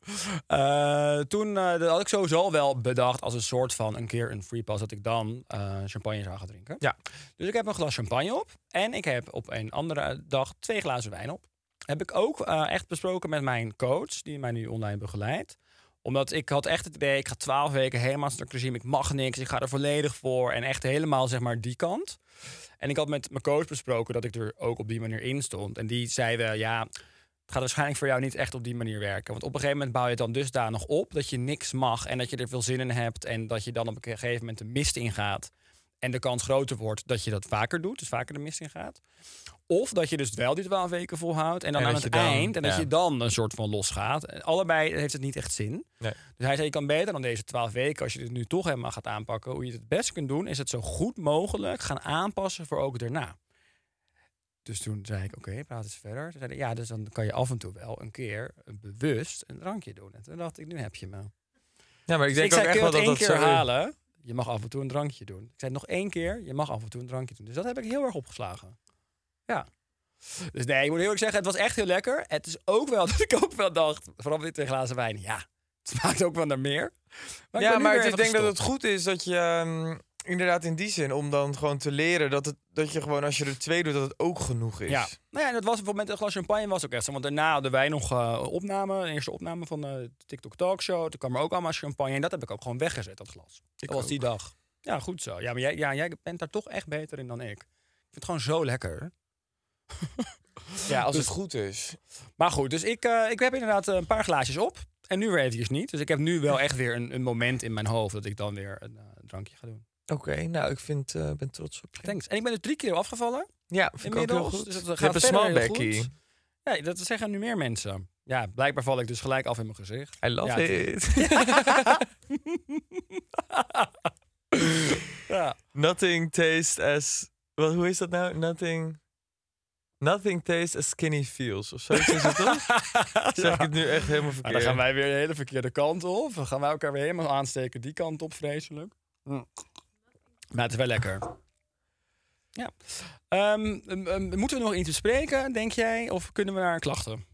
[SPEAKER 2] Eh, toen eh, dat had ik sowieso al wel bedacht als een soort van een keer een free pass... dat ik dan eh, champagne zou gaan drinken.
[SPEAKER 3] Ja.
[SPEAKER 2] Dus ik heb een glas champagne op. En ik heb op een andere dag twee glazen wijn op. Heb ik ook eh, echt besproken met mijn coach, die mij nu online begeleidt. Omdat ik had echt het idee, ik ga twaalf weken helemaal sterk regime. Ik mag niks, ik ga er volledig voor. En echt helemaal, zeg maar, die kant. En ik had met mijn coach besproken dat ik er ook op die manier in stond. En die zei wel, ja, het gaat waarschijnlijk voor jou niet echt op die manier werken. Want op een gegeven moment bouw je het dan dusdanig op dat je niks mag. En dat je er veel zin in hebt. En dat je dan op een gegeven moment de mist ingaat. En de kans groter wordt dat je dat vaker doet. Dus vaker de mist ingaat. Of dat je dus wel die 12 weken volhoudt. En dan
[SPEAKER 3] En
[SPEAKER 2] aan
[SPEAKER 3] dat
[SPEAKER 2] het
[SPEAKER 3] je dan-
[SPEAKER 2] eind. En dat
[SPEAKER 3] ja.
[SPEAKER 2] je dan een soort van losgaat. En Allebei heeft het niet echt zin.
[SPEAKER 3] Nee.
[SPEAKER 2] Dus hij zei, je kan beter dan deze twaalf weken, als je dit nu toch helemaal gaat aanpakken, hoe je het het best kunt doen, is het zo goed mogelijk gaan aanpassen voor ook daarna. Dus toen zei ik, oké, praat eens verder. Toen zei hij, ja, dus dan kan je af en toe wel een keer bewust een drankje doen. En toen dacht ik, nu heb je me.
[SPEAKER 3] Ja, maar
[SPEAKER 2] Dus
[SPEAKER 3] ik denk
[SPEAKER 2] ik zei,
[SPEAKER 3] ook echt
[SPEAKER 2] kun
[SPEAKER 3] wel
[SPEAKER 2] je
[SPEAKER 3] dat
[SPEAKER 2] het één
[SPEAKER 3] dat
[SPEAKER 2] keer
[SPEAKER 3] zo...
[SPEAKER 2] herhalen? Je mag af en toe een drankje doen. Ik zei, nog één keer, je mag af en toe een drankje doen. Dus dat heb ik heel erg opgeslagen. Ja. Dus nee, ik moet heel erg zeggen, het was echt heel lekker. Het is ook wel *laughs* dat ik ook wel dacht, vooral met die twee glazen wijn, ja, het smaakt ook wel naar meer. Maar ik
[SPEAKER 3] ja,
[SPEAKER 2] ben nu
[SPEAKER 3] maar
[SPEAKER 2] weer
[SPEAKER 3] het- ik
[SPEAKER 2] even
[SPEAKER 3] denk dat het
[SPEAKER 2] gestopt.
[SPEAKER 3] goed is dat je ehm, inderdaad in die zin om dan gewoon te leren dat, het, dat je gewoon als je er twee doet dat het ook genoeg is.
[SPEAKER 2] Ja. Nou ja, en dat was bijvoorbeeld met een glas champagne was ook echt zo. Want daarna hadden wij nog eh, een opname, een eerste opname van eh, de TikTok Talkshow. Toen kwam er ook allemaal champagne en dat heb ik ook gewoon weggezet, dat glas. dat was
[SPEAKER 3] ook.
[SPEAKER 2] die dag. Ja, goed zo. Ja, maar jij, ja, jij bent daar toch echt beter in dan ik. Ik vind het gewoon zo lekker. *laughs*
[SPEAKER 3] Ja, als
[SPEAKER 2] Dus-
[SPEAKER 3] het goed is.
[SPEAKER 2] Maar goed, dus ik, eh, ik heb inderdaad eh, een paar glaasjes op. En nu weer eventjes niet. Dus ik heb nu wel echt weer een, een moment in mijn hoofd dat ik dan weer een eh, drankje ga doen.
[SPEAKER 3] Oké, nou, ik vind, eh, ben trots op je.
[SPEAKER 2] Thanks. En ik ben dus drie keer afgevallen.
[SPEAKER 3] Ja, vind ik ook heel
[SPEAKER 2] Inmiddels,
[SPEAKER 3] goed.
[SPEAKER 2] dus het
[SPEAKER 3] je
[SPEAKER 2] gaat
[SPEAKER 3] hebt een
[SPEAKER 2] verder
[SPEAKER 3] small
[SPEAKER 2] heel
[SPEAKER 3] backie.
[SPEAKER 2] Ja, dat zeggen nu meer mensen. Ja, blijkbaar val ik dus gelijk af in mijn gezicht.
[SPEAKER 3] I love
[SPEAKER 2] Ja, het-
[SPEAKER 3] it.
[SPEAKER 2] *laughs* Ja.
[SPEAKER 3] Nothing tastes as... Wat, hoe is dat nou? Nothing... Nothing tastes as skinny feels. Of zo is het
[SPEAKER 2] *laughs*
[SPEAKER 3] toch? Zeg ik het nu echt helemaal
[SPEAKER 2] Maar
[SPEAKER 3] verkeerd.
[SPEAKER 2] dan gaan wij weer de hele verkeerde kant op. Dan gaan wij elkaar weer helemaal aansteken die kant op, vreselijk.
[SPEAKER 3] Hm.
[SPEAKER 2] Maar het is wel lekker. Ja. Ehm, ehm, ehm, moeten we nog iets bespreken, denk jij? Of kunnen we naar klachten?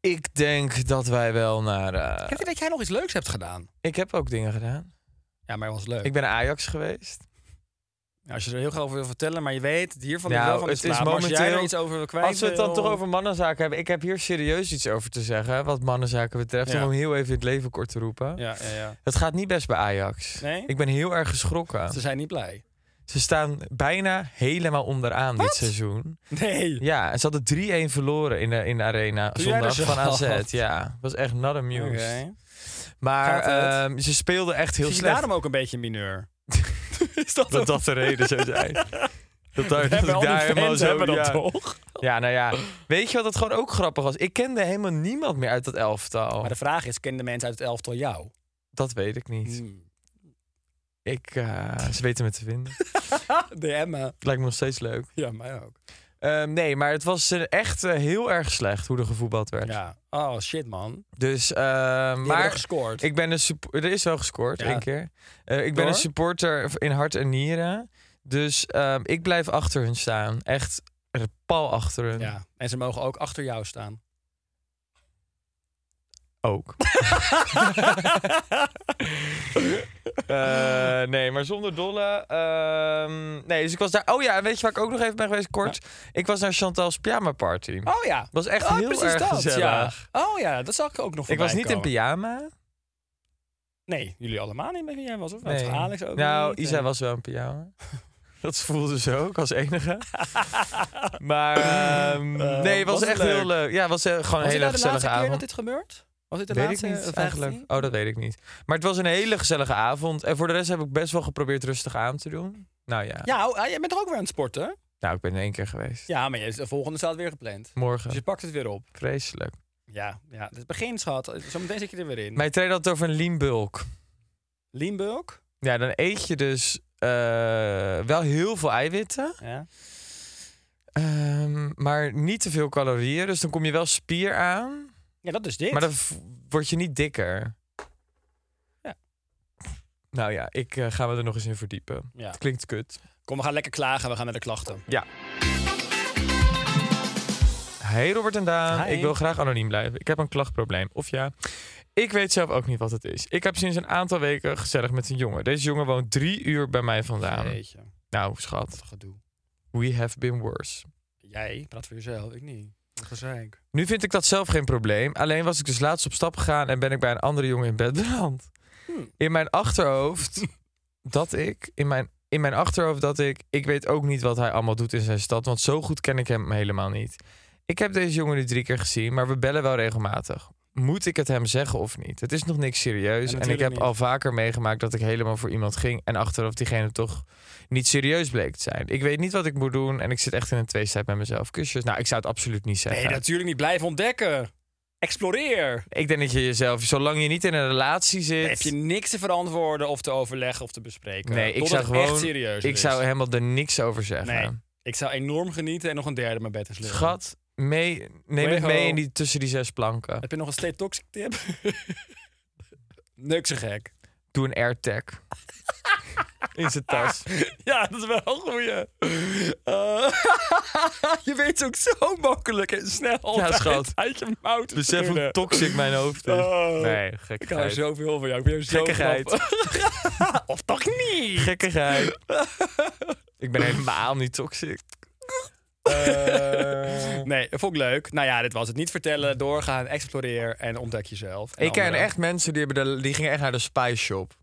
[SPEAKER 3] Ik denk dat wij wel naar... eh,
[SPEAKER 2] Ik heb het idee dat jij nog iets leuks hebt gedaan.
[SPEAKER 3] ik heb ook dingen gedaan.
[SPEAKER 2] Ja, maar het was leuk.
[SPEAKER 3] Ik ben naar Ajax geweest.
[SPEAKER 2] Ja, als je er heel graag over wil vertellen, maar je weet, het hiervan
[SPEAKER 3] Nou,
[SPEAKER 2] is wel van
[SPEAKER 3] het
[SPEAKER 2] beslaan.
[SPEAKER 3] is
[SPEAKER 2] Maar Als jij er
[SPEAKER 3] momenteel-
[SPEAKER 2] iets over wil kwijt
[SPEAKER 3] Als we het dan
[SPEAKER 2] wil-
[SPEAKER 3] toch over mannenzaken hebben. Ik heb hier serieus iets over te zeggen. Wat mannenzaken betreft.
[SPEAKER 2] Ja.
[SPEAKER 3] Om hem heel even in het leven kort te roepen.
[SPEAKER 2] Ja, ja, ja.
[SPEAKER 3] Het gaat niet best bij Ajax.
[SPEAKER 2] Nee?
[SPEAKER 3] Ik ben heel erg geschrokken.
[SPEAKER 2] Ze zijn niet blij.
[SPEAKER 3] Ze staan bijna helemaal onderaan dit seizoen.
[SPEAKER 2] Nee.
[SPEAKER 3] Ja, en ze hadden 3-1 verloren in de, in de arena
[SPEAKER 2] Toen jij
[SPEAKER 3] zondag
[SPEAKER 2] er
[SPEAKER 3] van
[SPEAKER 2] zat.
[SPEAKER 3] AZ. Ja, was echt not
[SPEAKER 2] Oké.
[SPEAKER 3] amused.
[SPEAKER 2] Zie
[SPEAKER 3] Maar
[SPEAKER 2] Gaat het?
[SPEAKER 3] ehm, ze speelden echt heel
[SPEAKER 2] je
[SPEAKER 3] slecht.
[SPEAKER 2] daarom ook een beetje
[SPEAKER 3] *laughs*
[SPEAKER 2] mineur? is dat,
[SPEAKER 3] Dat dat de reden zou
[SPEAKER 2] *laughs*
[SPEAKER 3] zijn. Dat, daar, dat ik
[SPEAKER 2] hebben al die
[SPEAKER 3] daar helemaal
[SPEAKER 2] fans
[SPEAKER 3] zo...
[SPEAKER 2] hebben dat
[SPEAKER 3] ja.
[SPEAKER 2] toch?
[SPEAKER 3] ja, nou ja. Weet je wat het gewoon ook grappig was? Ik kende helemaal niemand meer uit dat elftal.
[SPEAKER 2] Maar de vraag is, kennen de mensen uit het elftal jou?
[SPEAKER 3] Dat weet ik niet.
[SPEAKER 2] Hmm. *laughs*
[SPEAKER 3] Ik, eh, ze weten me te vinden. *laughs*
[SPEAKER 2] DM me.
[SPEAKER 3] Het lijkt me nog steeds leuk.
[SPEAKER 2] Ja, mij ook.
[SPEAKER 3] Ehm, nee, maar het was eh, echt eh, heel erg slecht hoe er gevoetbald werd.
[SPEAKER 2] Ja. Oh, shit, man.
[SPEAKER 3] Dus, eh,
[SPEAKER 2] maar
[SPEAKER 3] maar
[SPEAKER 2] gescoord.
[SPEAKER 3] ik ben een sup- er is wel gescoord,
[SPEAKER 2] Ja.
[SPEAKER 3] één keer. Eh, ik ben
[SPEAKER 2] Door?
[SPEAKER 3] een supporter in hart en nieren. Dus ehm, ik blijf achter hun staan. Echt er pal achter hun.
[SPEAKER 2] ja. En ze mogen ook achter jou staan.
[SPEAKER 3] ook. *laughs* Eh, nee, maar zonder dolle. ehm, nee, dus ik was daar. Oh ja, en weet je waar ik ook nog even ben geweest? Kort. Ik was naar Chantal's pyjama party.
[SPEAKER 2] Oh ja.
[SPEAKER 3] Was echt
[SPEAKER 2] oh,
[SPEAKER 3] heel
[SPEAKER 2] precies
[SPEAKER 3] erg
[SPEAKER 2] dat,
[SPEAKER 3] gezellig.
[SPEAKER 2] Ja. Oh ja, dat zag ik ook nog
[SPEAKER 3] ik was
[SPEAKER 2] voorbij
[SPEAKER 3] niet in
[SPEAKER 2] komen.
[SPEAKER 3] pyjama.
[SPEAKER 2] Nee, jullie allemaal niet meer. Jij was of wel?
[SPEAKER 3] Nee.
[SPEAKER 2] Alex ook
[SPEAKER 3] Nou,
[SPEAKER 2] niet.
[SPEAKER 3] Isa
[SPEAKER 2] En- *laughs*
[SPEAKER 3] was wel een pyjama. Dat voelde ze ook als enige. maar ehm,
[SPEAKER 2] Eh,
[SPEAKER 3] nee, het was,
[SPEAKER 2] was het
[SPEAKER 3] echt
[SPEAKER 2] leuk?
[SPEAKER 3] heel leuk. Ja, het was eh, gewoon een
[SPEAKER 2] Was dit
[SPEAKER 3] hele
[SPEAKER 2] nou de
[SPEAKER 3] gezellige
[SPEAKER 2] laatste keer dat
[SPEAKER 3] avond.
[SPEAKER 2] dit gebeurt? Was dit de
[SPEAKER 3] weet
[SPEAKER 2] laatste? eh,
[SPEAKER 3] ik niet
[SPEAKER 2] vijftien?
[SPEAKER 3] eigenlijk. Oh, dat weet ik niet. Maar het was een hele gezellige avond. En voor de rest heb ik best wel geprobeerd rustig aan te doen. Nou ja.
[SPEAKER 2] Ja, oh, ah, jij bent toch ook weer aan het sporten?
[SPEAKER 3] Nou, ik ben in één keer geweest.
[SPEAKER 2] Ja, maar je, de volgende staat weer gepland. Dus
[SPEAKER 3] Morgen.
[SPEAKER 2] je pakt het weer op.
[SPEAKER 3] Vreselijk.
[SPEAKER 2] Ja, ja. Het begin, schat. Zometeen zit je er weer in.
[SPEAKER 3] Mijn trainer had het over een leanbulk.
[SPEAKER 2] Lienbulk?
[SPEAKER 3] Ja, dan eet je dus eh, wel heel veel eiwitten.
[SPEAKER 2] Ja.
[SPEAKER 3] ehm, maar niet te veel calorieën. Dus dan kom je wel spier aan.
[SPEAKER 2] ja, dat is dit.
[SPEAKER 3] Maar dan v- word je niet dikker.
[SPEAKER 2] Ja.
[SPEAKER 3] Nou ja, ik eh, ga me er nog eens in verdiepen.
[SPEAKER 2] Ja.
[SPEAKER 3] Het klinkt kut.
[SPEAKER 2] Kom, we gaan lekker klagen. We gaan naar de klachten.
[SPEAKER 3] Ja. Hey Robert en Daan,
[SPEAKER 2] Hi.
[SPEAKER 3] ik wil graag anoniem blijven. Ik heb een klachtprobleem. Of ja, ik weet zelf ook niet wat het is. Ik heb sinds een aantal weken gezellig met een jongen. Deze jongen woont drie uur bij mij vandaan.
[SPEAKER 2] Jeetje,
[SPEAKER 3] Nou, schat,
[SPEAKER 2] wat gedoe.
[SPEAKER 3] we have been worse.
[SPEAKER 2] Jij praat voor jezelf, ik niet. Wat gezeik.
[SPEAKER 3] Nu vind ik dat zelf geen probleem. Alleen was ik dus laatst op stap gegaan en ben ik bij een andere jongen in bed beland.
[SPEAKER 2] Hmm.
[SPEAKER 3] In mijn achterhoofd
[SPEAKER 2] *laughs*
[SPEAKER 3] dat ik, in mijn, in mijn achterhoofd dat ik, ik weet ook niet wat hij allemaal doet in zijn stad, want zo goed ken ik hem helemaal niet. Ik heb deze jongen nu drie keer gezien, maar we bellen wel regelmatig. Moet ik het hem zeggen of niet? Het is nog niks serieus.
[SPEAKER 2] Ja,
[SPEAKER 3] En, ik
[SPEAKER 2] natuurlijk
[SPEAKER 3] heb
[SPEAKER 2] niet.
[SPEAKER 3] al vaker meegemaakt dat ik helemaal voor iemand ging. En achteraf diegene toch niet serieus bleek te zijn. Ik weet niet wat ik moet doen. En ik zit echt in een tweestrijd met mezelf. Kusjes. Nou, ik zou het absoluut niet zeggen.
[SPEAKER 2] Nee, natuurlijk niet. Blijf ontdekken. Exploreer.
[SPEAKER 3] Ik denk dat je jezelf, zolang je niet in een relatie zit.
[SPEAKER 2] Dan heb je niks te verantwoorden of te overleggen of te bespreken.
[SPEAKER 3] nee, ik
[SPEAKER 2] Totdat
[SPEAKER 3] zou
[SPEAKER 2] het
[SPEAKER 3] gewoon.
[SPEAKER 2] echt serieus
[SPEAKER 3] ik
[SPEAKER 2] is.
[SPEAKER 3] zou helemaal er niks over zeggen.
[SPEAKER 2] Nee. Ik zou enorm genieten en nog een derde mijn bed in sleuren.
[SPEAKER 3] Schat, mee, neem het
[SPEAKER 2] Wego.
[SPEAKER 3] mee in die, tussen die zes planken.
[SPEAKER 2] Heb je nog een state toxic tip? *laughs* Neuk ze gek.
[SPEAKER 3] Doe een
[SPEAKER 2] *laughs*
[SPEAKER 3] AirTag. in zijn tas.
[SPEAKER 2] Ja, dat is wel een goeie. Eh, *laughs* je weet het ook zo makkelijk en snel
[SPEAKER 3] Ja,
[SPEAKER 2] uit-
[SPEAKER 3] schat.
[SPEAKER 2] uit je mouw te
[SPEAKER 3] Besef hoe
[SPEAKER 2] schudden.
[SPEAKER 3] toxic mijn hoofd is.
[SPEAKER 2] Oh.
[SPEAKER 3] nee,
[SPEAKER 2] Ik hou
[SPEAKER 3] gekkigheid.
[SPEAKER 2] zoveel van jou. Ik ben jou zo
[SPEAKER 3] Gekkigheid.
[SPEAKER 2] *laughs* grappig. of toch niet? *laughs*
[SPEAKER 3] Gekkigheid. ik ben helemaal niet toxic.
[SPEAKER 2] Nee, dat vond ik leuk. Nou ja, dit was het. Niet vertellen, doorgaan, exploreer en ontdek jezelf. En
[SPEAKER 3] ik ken
[SPEAKER 2] anderen.
[SPEAKER 3] echt mensen die, hebben de, die gingen echt naar de spy shop.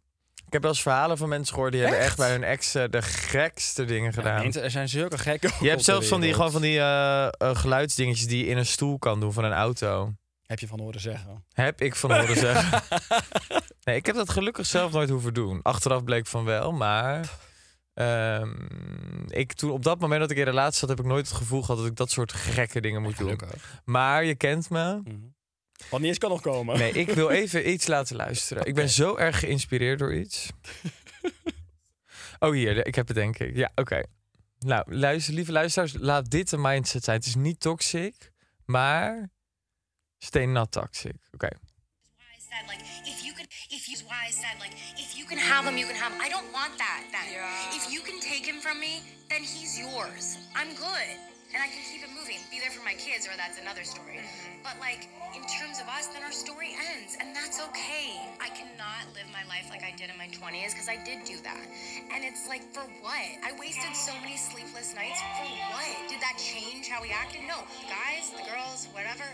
[SPEAKER 3] Ik heb wel eens verhalen van mensen gehoord die hebben echt
[SPEAKER 2] Echt?
[SPEAKER 3] bij hun ex eh, de gekste dingen gedaan.
[SPEAKER 2] Mensen, er zijn zulke gekke.
[SPEAKER 3] Je hebt zelfs van die, gewoon van die eh, eh, geluidsdingetjes die je in een stoel kan doen van een auto.
[SPEAKER 2] Heb je van horen
[SPEAKER 3] *laughs*
[SPEAKER 2] zeggen.
[SPEAKER 3] Heb ik van horen
[SPEAKER 2] *laughs*
[SPEAKER 3] zeggen. Nee, ik heb dat gelukkig zelf nooit hoeven doen. Achteraf bleek van wel, maar... ehm, ik, toen, op dat moment dat ik in een relatie zat, heb ik nooit het gevoel gehad dat ik dat soort gekke dingen moet doen. Maar je kent me.
[SPEAKER 2] Want niet eens kan nog komen.
[SPEAKER 3] *laughs* Nee, ik wil even iets laten luisteren. Ik ben zo erg geïnspireerd door iets. Oh, hier, ik heb het denk ik. Ja, oké. Nou, luister, lieve luisteraars, laat dit een mindset zijn. Het is niet toxic, maar steen nat toxic. Oké.
[SPEAKER 4] why I said like if you could if you why I said like if you can have him you can have him. I don't want that then. If you can take him from me, then he's yours. I'm good. And I can keep it moving. Be there for my kids or that's another story. But like in terms of us, then our story ends and that's okay. I cannot live my life like I did in my 20s cuz I did do that. And it's like for what? I wasted so many sleepless nights for what? Did that change how we acted? No. Guys, the girls, whatever,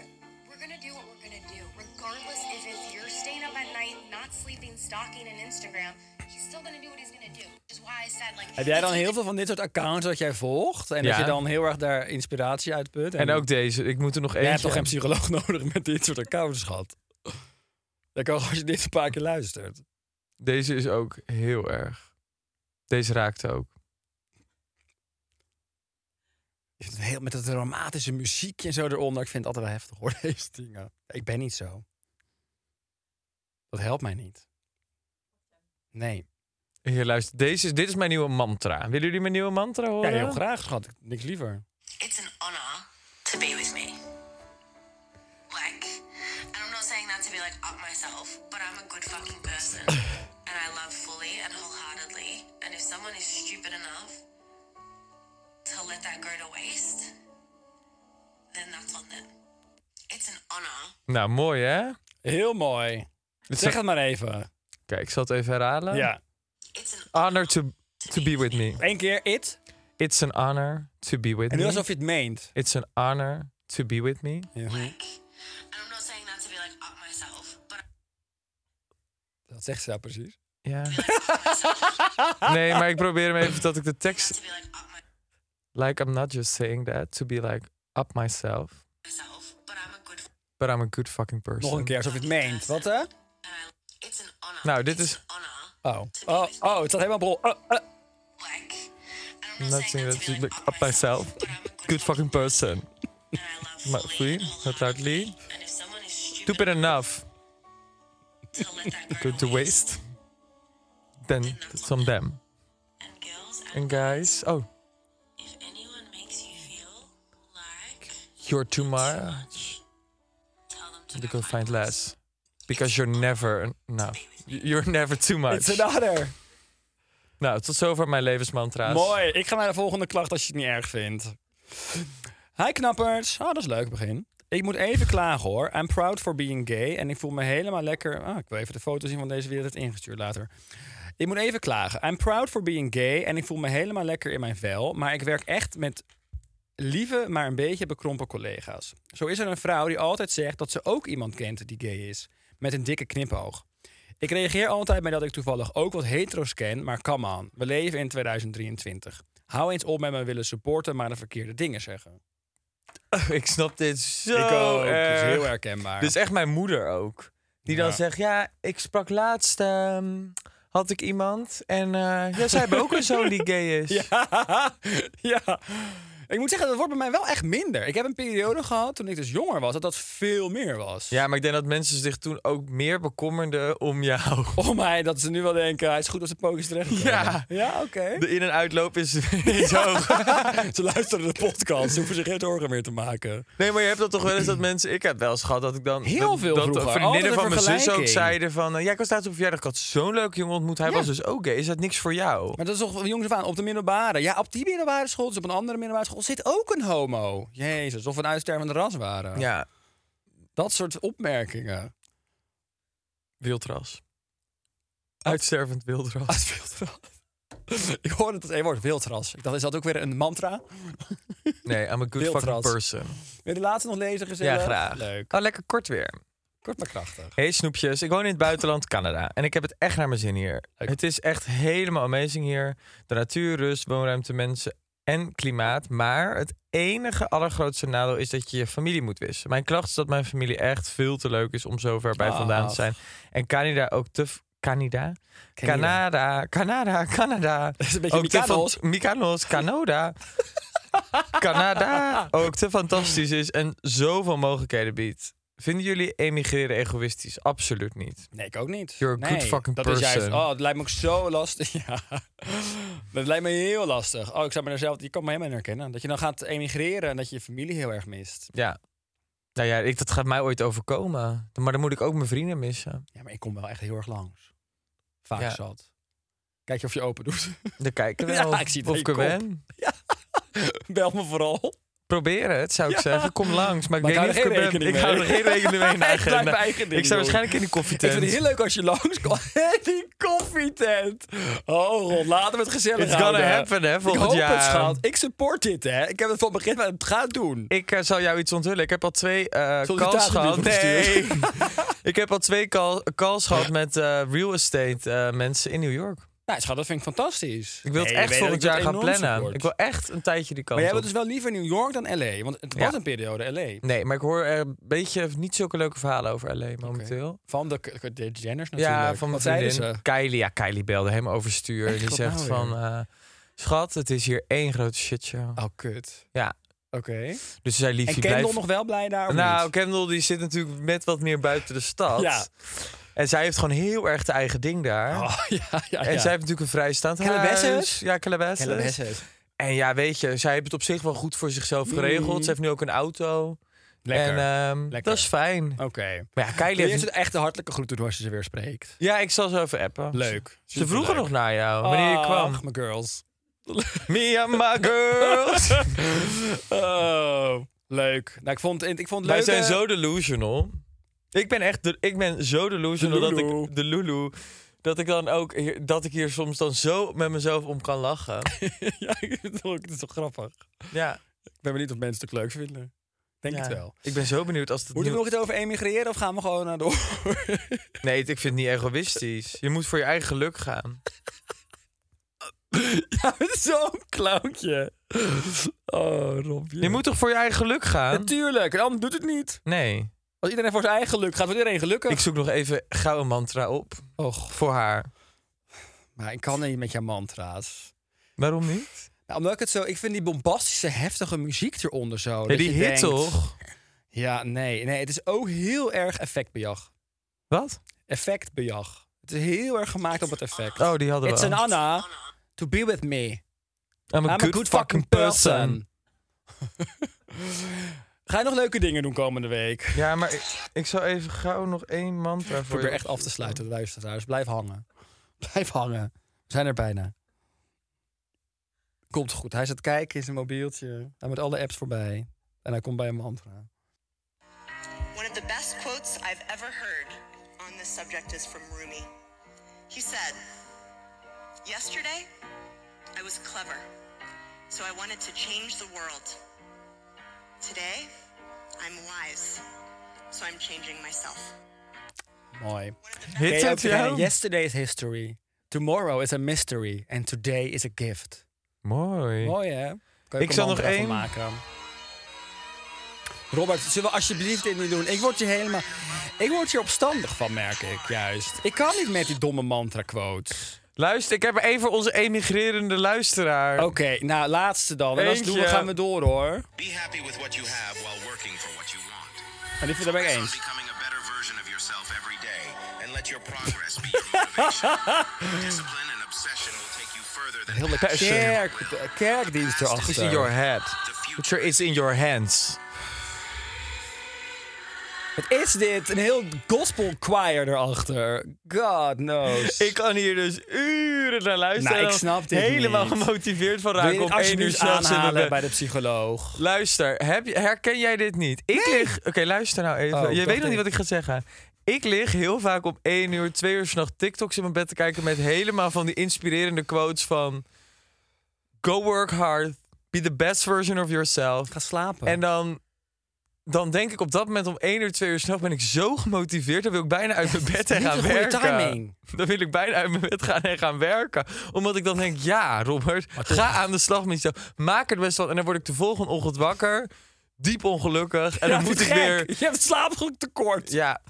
[SPEAKER 4] we're gonna do what we're gonna do, regardless if it's you're staying up at night, not sleeping, stalking, and Instagram. He's still gonna do what he's gonna do. Which is why I said like.
[SPEAKER 2] Heb jij dan heel veel van dit soort accounts dat jij volgt? En dat
[SPEAKER 3] Ja.
[SPEAKER 2] je dan heel erg daar inspiratie uit put?
[SPEAKER 3] En ook deze. Ik moet er nog
[SPEAKER 2] Jij
[SPEAKER 3] één.
[SPEAKER 2] hebt toch geen psycholoog *laughs* nodig met dit soort accounts, schat? Dat kan als je dit een paar keer luistert.
[SPEAKER 3] Deze is ook heel erg. Deze raakt ook.
[SPEAKER 2] Je hebt Heel, met dat dramatische muziekje en zo eronder. Ik vind het altijd wel heftig hoor, *laughs* deze dingen. Ik ben niet zo. Dat helpt mij niet. Nee.
[SPEAKER 3] Hier, luister. Deze is, dit is mijn nieuwe mantra. Willen jullie mijn nieuwe mantra
[SPEAKER 2] Ja,
[SPEAKER 3] horen?
[SPEAKER 2] heel graag, schat. Niks liever.
[SPEAKER 4] It's an honor to be with me. Like, and I'm not saying that to be like up myself, but I'm a good fucking
[SPEAKER 3] *laughs*
[SPEAKER 4] person. and I love fully and wholeheartedly. And if someone is stupid enough to let that go to waste, then that's on them. It's an honor
[SPEAKER 3] Nou, mooi hè?
[SPEAKER 2] Heel mooi.
[SPEAKER 3] Het
[SPEAKER 2] Zeg
[SPEAKER 3] zag-
[SPEAKER 2] het maar even.
[SPEAKER 3] Kijk, ik zal het even herhalen.
[SPEAKER 2] Ja.
[SPEAKER 4] It's an
[SPEAKER 3] Honor to, to be with me.
[SPEAKER 2] Eén keer it.
[SPEAKER 3] It's an honor to be with
[SPEAKER 2] En nu
[SPEAKER 3] me.
[SPEAKER 2] alsof je het meent.
[SPEAKER 3] It's an honor to be with me.
[SPEAKER 4] like. And I'm not saying that to be like up myself, but
[SPEAKER 2] Dat zegt ze nou precies.
[SPEAKER 3] Ja.
[SPEAKER 2] *laughs*
[SPEAKER 3] nee, maar ik probeer hem even dat ik de tekst...
[SPEAKER 4] to be like up my-
[SPEAKER 3] Like I'm not just saying that to be like up myself.
[SPEAKER 4] myself. But I'm a good f-
[SPEAKER 3] But I'm a good fucking person.
[SPEAKER 2] Nog een keer alsof je het meent. Wat hè?
[SPEAKER 4] and I. It's an honor.
[SPEAKER 3] Nou, dit
[SPEAKER 4] It's
[SPEAKER 3] is-
[SPEAKER 4] an honor.
[SPEAKER 2] Oh. Oh, oh het staat helemaal bol. Oh, oh.
[SPEAKER 4] Like.
[SPEAKER 3] I'm
[SPEAKER 4] And
[SPEAKER 3] not saying that to be like up myself. Good fucking person.
[SPEAKER 4] And I love
[SPEAKER 3] Maar
[SPEAKER 4] fully
[SPEAKER 3] free,
[SPEAKER 4] and all
[SPEAKER 3] not
[SPEAKER 4] heartedly.
[SPEAKER 3] loudly.
[SPEAKER 4] And if someone is
[SPEAKER 3] Stupid
[SPEAKER 4] stupid
[SPEAKER 3] enough
[SPEAKER 4] to let that burn
[SPEAKER 3] go *laughs* to
[SPEAKER 4] away,
[SPEAKER 3] waste. Then it's on them.
[SPEAKER 4] And girls and
[SPEAKER 3] And guys, oh,
[SPEAKER 4] If anyone makes you feel like
[SPEAKER 3] you're too much.
[SPEAKER 4] tell them to
[SPEAKER 3] You go find less. Because you're never enough. You're never too
[SPEAKER 2] It's
[SPEAKER 3] much.
[SPEAKER 2] another.
[SPEAKER 3] Nou, tot zover mijn levensmantra's.
[SPEAKER 2] Mooi. Ik ga naar de volgende klacht als je het niet erg vindt. Hi knappers. Oh, dat is leuk begin. Ik moet even klagen hoor. I'm proud for being gay. En ik voel me helemaal lekker... Ah, ik wil even de foto zien van deze weer dat het ingestuurd later. Ik moet even klagen. I'm proud for being gay. En ik voel me helemaal lekker in mijn vel. Maar ik werk echt met lieve, maar een beetje bekrompen collega's. Zo is er een vrouw die altijd zegt dat ze ook iemand kent die gay is. Met een dikke knipoog. Ik reageer altijd met dat ik toevallig ook wat hetero's ken, maar come on, we leven in 2023. Hou eens op met me willen supporten, maar de verkeerde dingen zeggen.
[SPEAKER 3] *laughs* Ik snap dit zo eh, dus
[SPEAKER 2] ik ook, het is
[SPEAKER 3] erg.
[SPEAKER 2] heel herkenbaar. *laughs*
[SPEAKER 3] Dit is echt mijn moeder ook. Die dan
[SPEAKER 2] Ja.
[SPEAKER 3] zegt, ja, ik sprak laatst, ehm, had ik iemand. En eh, ja, zij hebben ook een zoon die gay is.
[SPEAKER 2] *laughs* ja, ja. Ik moet zeggen, dat wordt bij mij wel echt minder. Ik heb een periode gehad, toen ik dus jonger was, dat dat veel meer was.
[SPEAKER 3] Ja, maar ik denk dat mensen zich toen ook meer bekommerden om jou.
[SPEAKER 2] Oh mij, dat ze nu wel denken, hij is goed als de pootjes terecht
[SPEAKER 3] Ja.
[SPEAKER 2] ja oké.
[SPEAKER 3] De in- en uitloop is *laughs* niet hoog.
[SPEAKER 2] *laughs* ze luisteren de podcast, ze hoeven zich geen zorgen meer te maken.
[SPEAKER 3] Nee, maar je hebt dat toch wel eens dat mensen... Ik heb wel eens gehad dat ik dan...
[SPEAKER 2] Heel
[SPEAKER 3] dat,
[SPEAKER 2] veel
[SPEAKER 3] dat
[SPEAKER 2] vroeger. Altijd
[SPEAKER 3] vriendinnen
[SPEAKER 2] een
[SPEAKER 3] van mijn zus ook
[SPEAKER 2] vergelijking.
[SPEAKER 3] zeiden van... eh, ja, ik was laatst op verjaardag, ik had zo'n leuke jongen ontmoet. Hij
[SPEAKER 2] Ja.
[SPEAKER 3] was dus ook gay. Is dat niks voor jou?
[SPEAKER 2] Maar dat is toch van jongens af aan op de middelbare. Ja, op die middelbare school, dus op een andere middelbare school zit ook een homo. Jezus, alsof we nou een uitstervende ras waren.
[SPEAKER 3] Ja,
[SPEAKER 2] Dat soort opmerkingen.
[SPEAKER 3] *laughs* wildras. Uitstervend wildras.
[SPEAKER 2] Als wildras. Ik hoorde het één woord, wildras. Ik dacht, is dat ook weer een
[SPEAKER 3] *laughs*
[SPEAKER 2] mantra?
[SPEAKER 3] Nee, I'm a good fucking
[SPEAKER 2] Wildras.
[SPEAKER 3] person.
[SPEAKER 2] Wil je de laatste nog lezen,
[SPEAKER 3] Ja,
[SPEAKER 2] gezellig?
[SPEAKER 3] graag.
[SPEAKER 2] Leuk.
[SPEAKER 3] Oh, lekker kort weer.
[SPEAKER 2] Kort maar krachtig.
[SPEAKER 3] Hey snoepjes, ik woon in het buitenland Canada en ik heb het echt naar mijn zin hier.
[SPEAKER 2] Leuk.
[SPEAKER 3] Het is echt helemaal amazing hier. De natuur, rust, woonruimte, mensen en klimaat. Maar het enige allergrootste nadeel is dat je je familie moet wissen. Mijn klacht is dat mijn familie echt veel te leuk is om zo ver bij vandaan te
[SPEAKER 2] Ach.
[SPEAKER 3] zijn. En Canada ook te... v- Canada?
[SPEAKER 2] Canada.
[SPEAKER 3] Canada, Canada, Canada.
[SPEAKER 2] is een beetje
[SPEAKER 3] te van-
[SPEAKER 2] Mykonos. *laughs*
[SPEAKER 3] Mykonos, Canada. Canada ook te fantastisch is en zoveel mogelijkheden biedt. Vinden jullie emigreren egoïstisch? Absoluut niet.
[SPEAKER 2] Nee, ik ook niet.
[SPEAKER 3] You're a
[SPEAKER 2] nee,
[SPEAKER 3] good fucking
[SPEAKER 2] dat Is
[SPEAKER 3] person.
[SPEAKER 2] juist, oh, het lijkt me ook zo lastig. *laughs* Ja. Dat lijkt me heel lastig. Oh, ik zou me daar zelf... Je kan me helemaal in herkennen. Dat je dan gaat emigreren en dat je je familie heel erg mist.
[SPEAKER 3] Ja. Nou ja, ik, dat gaat mij ooit overkomen. Maar dan moet ik ook mijn vrienden missen.
[SPEAKER 2] Ja, maar ik kom wel echt heel erg langs. Vaak
[SPEAKER 3] Ja.
[SPEAKER 2] zat. Kijk je of je open doet. *laughs*
[SPEAKER 3] Dan kijken we
[SPEAKER 2] Ja,
[SPEAKER 3] wel of,
[SPEAKER 2] ik zie het
[SPEAKER 3] of
[SPEAKER 2] in
[SPEAKER 3] ik
[SPEAKER 2] je
[SPEAKER 3] er
[SPEAKER 2] kop.
[SPEAKER 3] ben.
[SPEAKER 2] Bel me vooral.
[SPEAKER 3] Probeer het, zou ik
[SPEAKER 2] Ja.
[SPEAKER 3] zeggen. Kom langs. Maar
[SPEAKER 2] Maar ik
[SPEAKER 3] ik, weet
[SPEAKER 2] hou
[SPEAKER 3] niet
[SPEAKER 2] er
[SPEAKER 3] of ik
[SPEAKER 2] geen
[SPEAKER 3] er ben.
[SPEAKER 2] rekening
[SPEAKER 3] Ik hou er
[SPEAKER 2] mee.
[SPEAKER 3] geen
[SPEAKER 2] *laughs*
[SPEAKER 3] rekening mee in de
[SPEAKER 2] Ik blijf
[SPEAKER 3] agenda.
[SPEAKER 2] mijn eigen ding
[SPEAKER 3] Ik sta
[SPEAKER 2] doen.
[SPEAKER 3] waarschijnlijk in die
[SPEAKER 2] Ik
[SPEAKER 3] koffietent.
[SPEAKER 2] vind het heel leuk als je langskomt. *laughs* En die koffietent. Oh, Ron, laten we het gezellig
[SPEAKER 3] It's gonna
[SPEAKER 2] houden.
[SPEAKER 3] happen, hè, volgend
[SPEAKER 2] ik hoop
[SPEAKER 3] jaar.
[SPEAKER 2] het, schat. Ik support dit, hè. Ik heb het van begin aan. Het gaat doen.
[SPEAKER 3] Ik eh, zal jou iets onthullen. Ik heb al twee eh calls gehad.
[SPEAKER 2] Sollicitatiebrieven
[SPEAKER 3] Nee.
[SPEAKER 2] gestuurd.
[SPEAKER 3] *laughs* ik heb al twee call, calls gehad met eh, real estate eh, mensen in New York.
[SPEAKER 2] Nou, schat, dat vind ik fantastisch.
[SPEAKER 3] Ik wil
[SPEAKER 2] Nee,
[SPEAKER 3] het
[SPEAKER 2] je
[SPEAKER 3] echt
[SPEAKER 2] weet
[SPEAKER 3] volgend
[SPEAKER 2] dat ik
[SPEAKER 3] jaar
[SPEAKER 2] dat
[SPEAKER 3] gaan
[SPEAKER 2] enorm
[SPEAKER 3] plannen.
[SPEAKER 2] support.
[SPEAKER 3] Ik wil echt een tijdje die kant
[SPEAKER 2] Maar jij
[SPEAKER 3] op.
[SPEAKER 2] wilt dus wel liever New York dan L.A. Want het
[SPEAKER 3] Ja.
[SPEAKER 2] was een periode L.A.
[SPEAKER 3] Nee, maar ik hoor er een beetje niet zulke leuke verhalen over LA momenteel.
[SPEAKER 2] Van de, de Jenners natuurlijk.
[SPEAKER 3] Ja, van mijn
[SPEAKER 2] Wat zeiden
[SPEAKER 3] vriendin
[SPEAKER 2] ze?
[SPEAKER 3] Kylie. Ja, Kylie belde helemaal overstuur.
[SPEAKER 2] Echt,
[SPEAKER 3] die
[SPEAKER 2] wat
[SPEAKER 3] zegt
[SPEAKER 2] nou
[SPEAKER 3] van... eh, Schat, het is hier één grote shitshow.
[SPEAKER 2] Oh, kut.
[SPEAKER 3] Ja,
[SPEAKER 2] Oké.
[SPEAKER 3] dus ze zei liefje
[SPEAKER 2] En
[SPEAKER 3] blijf...
[SPEAKER 2] Kendall nog wel blij daar? of
[SPEAKER 3] Nou,
[SPEAKER 2] niet?
[SPEAKER 3] Kendall die zit natuurlijk met wat meer buiten de stad.
[SPEAKER 2] Ja.
[SPEAKER 3] En zij heeft gewoon heel erg de eigen ding daar.
[SPEAKER 2] Oh, *laughs* ja, ja,
[SPEAKER 3] En
[SPEAKER 2] ja.
[SPEAKER 3] zij heeft natuurlijk een vrijstaand
[SPEAKER 2] Calabasas?
[SPEAKER 3] huis. Ja, Calabasas. En ja, weet je, zij heeft het op zich wel goed voor zichzelf geregeld. Ze heeft nu ook een auto.
[SPEAKER 2] Mm. Lekker.
[SPEAKER 3] En ehm,
[SPEAKER 2] Lekker. Oh.
[SPEAKER 3] dat is fijn.
[SPEAKER 2] Oké.
[SPEAKER 3] Maar ja, Kylie
[SPEAKER 2] Eerst
[SPEAKER 3] heeft...
[SPEAKER 2] het echte hartelijke groeten doen als je ze weer spreekt.
[SPEAKER 3] Ja, ik zal ze even appen.
[SPEAKER 2] Leuk. Oh.
[SPEAKER 3] Ze vroegen nog naar jou, wanneer je kwam.
[SPEAKER 2] Ach, *laughs* mijn girls.
[SPEAKER 3] Me and my girls.
[SPEAKER 2] Oh, leuk. Nou, ik vond, het- ik vond het
[SPEAKER 3] Wij
[SPEAKER 2] leuk.
[SPEAKER 3] zijn
[SPEAKER 2] eh,
[SPEAKER 3] zo delusional. Ik ben echt, de- ik ben zo delusional
[SPEAKER 2] De
[SPEAKER 3] dat
[SPEAKER 2] Lulu.
[SPEAKER 3] ik de Lulu, dat ik dan ook, hier- dat ik hier soms dan zo met mezelf om kan *laughs* lachen.
[SPEAKER 2] *laughs* ja, ik vind het toch- het is toch grappig?
[SPEAKER 3] ja,
[SPEAKER 2] Ik ben benieuwd of mensen het ook leuk vinden. Denk
[SPEAKER 3] ja.
[SPEAKER 2] het wel.
[SPEAKER 3] Ik ben zo benieuwd als het.
[SPEAKER 2] Moeten we
[SPEAKER 3] nieuw-
[SPEAKER 2] nog iets over emigreren of gaan we gewoon naar door? *laughs*
[SPEAKER 3] Nee, ik vind het niet egoïstisch. Je moet voor je eigen geluk gaan.
[SPEAKER 2] ja, met
[SPEAKER 3] *laughs*
[SPEAKER 2] zo'n clowntje. Oh, Robje.
[SPEAKER 3] Je moet toch voor je eigen geluk gaan?
[SPEAKER 2] Natuurlijk, en anders doet het niet.
[SPEAKER 3] Nee.
[SPEAKER 2] Als iedereen voor zijn eigen geluk gaat, wordt iedereen gelukkig.
[SPEAKER 3] Ik zoek nog even gauw een mantra op
[SPEAKER 2] Och,
[SPEAKER 3] voor haar.
[SPEAKER 2] maar ik kan niet met jouw mantra's.
[SPEAKER 3] Waarom niet?
[SPEAKER 2] Nou, omdat ik het zo... Ik vind die bombastische, heftige muziek eronder zo.
[SPEAKER 3] Ja,
[SPEAKER 2] dat
[SPEAKER 3] die
[SPEAKER 2] je
[SPEAKER 3] hit
[SPEAKER 2] denkt-
[SPEAKER 3] toch?
[SPEAKER 2] Ja, nee. Nee, het is ook heel erg effectbejag.
[SPEAKER 3] Wat?
[SPEAKER 2] Effectbejag. Het is heel erg gemaakt op het effect.
[SPEAKER 3] Oh, die hadden we.
[SPEAKER 2] It's
[SPEAKER 3] al.
[SPEAKER 2] an honor to be with me.
[SPEAKER 3] I'm a good, fucking person.
[SPEAKER 2] *laughs* Ga je nog leuke dingen doen komende week? Ik
[SPEAKER 3] Ja, maar ik, ik zou even gauw nog één mantra voor
[SPEAKER 2] probeer
[SPEAKER 3] je
[SPEAKER 2] echt af te
[SPEAKER 3] opzoeken.
[SPEAKER 2] sluiten, luisteraars. Blijf hangen. *laughs* Blijf hangen. We zijn er bijna. Komt goed. Hij zit kijken in zijn mobieltje. Hij met alle apps voorbij. En hij komt bij een mantra.
[SPEAKER 5] One of the best quotes I've ever heard on this subject is from Rumi. He said, Yesterday, I was clever, so I wanted to change the world. Today, I'm wise, so I'm changing myself.
[SPEAKER 2] Mooi. Ken
[SPEAKER 3] Hit
[SPEAKER 2] je
[SPEAKER 3] het
[SPEAKER 2] ook degene,
[SPEAKER 3] jou?
[SPEAKER 2] Yesterday is history. Tomorrow is a mystery. And today is a gift.
[SPEAKER 3] Mooi.
[SPEAKER 2] Mooi hè? Kan
[SPEAKER 3] Ik zal nog
[SPEAKER 2] mantra van
[SPEAKER 3] één.
[SPEAKER 2] maken. Robert, zullen we alsjeblieft dit niet doen? Ik word je helemaal... Ik word hier opstandig van, merk ik, juist. Ik kan niet met die domme mantra-quotes.
[SPEAKER 3] Luister, ik heb er één voor onze emigrerende luisteraar.
[SPEAKER 2] Oké, nou, laatste dan. En als doen we
[SPEAKER 3] Eentje.
[SPEAKER 2] gaan we door, hoor.
[SPEAKER 6] Be happy with what you have while working for what you want.
[SPEAKER 2] En die vind ik ben ik
[SPEAKER 6] Focus on
[SPEAKER 2] eens.
[SPEAKER 6] becoming a better version of yourself every day and let your progress be your motivation. Discipline and obsession will take you further than
[SPEAKER 2] Heel de
[SPEAKER 3] Passion.
[SPEAKER 2] kerk, de kerkdienst erachter.
[SPEAKER 3] It's in your head.
[SPEAKER 6] the future.
[SPEAKER 3] Future is in your hands.
[SPEAKER 2] Wat is dit? Een heel gospel choir erachter. God knows.
[SPEAKER 3] Ik kan hier dus uren naar luisteren.
[SPEAKER 2] Nou, ik snap dit
[SPEAKER 3] Helemaal
[SPEAKER 2] niet.
[SPEAKER 3] gemotiveerd van
[SPEAKER 2] Wil je
[SPEAKER 3] raken
[SPEAKER 2] dit
[SPEAKER 3] op één uur
[SPEAKER 2] alsjeblieft
[SPEAKER 3] s'nachts in mijn
[SPEAKER 2] aanhalen
[SPEAKER 3] bed.
[SPEAKER 2] bij de psycholoog?
[SPEAKER 3] Luister, heb je, herken jij dit niet? Ik lig... Oké, luister nou even.
[SPEAKER 2] Oh,
[SPEAKER 3] je
[SPEAKER 2] dacht
[SPEAKER 3] weet nog niet
[SPEAKER 2] ik.
[SPEAKER 3] wat ik ga zeggen. Ik lig heel vaak om 1 uur, 2 uur s'nacht TikToks in mijn bed te kijken... met helemaal van die inspirerende quotes van... Go work hard, be the best version of yourself.
[SPEAKER 2] Ga slapen.
[SPEAKER 3] En eh, dan, dan denk ik op dat moment om 1 uur, 2 uur s'nachts ben ik zo gemotiveerd. Dan wil ik bijna uit mijn bed en
[SPEAKER 2] niet
[SPEAKER 3] gaan
[SPEAKER 2] een goede
[SPEAKER 3] werken.
[SPEAKER 2] timing.
[SPEAKER 3] Dan wil ik bijna uit mijn bed gaan en gaan werken. Omdat ik dan denk, ja Robert, ga aan de slag met jezelf. Maak er best van. En dan word ik de volgende ochtend wakker. Diep ongelukkig. En dan moet ik
[SPEAKER 2] gek.
[SPEAKER 3] weer...
[SPEAKER 2] Je hebt slaapgoed tekort. *laughs*
[SPEAKER 3] Ja,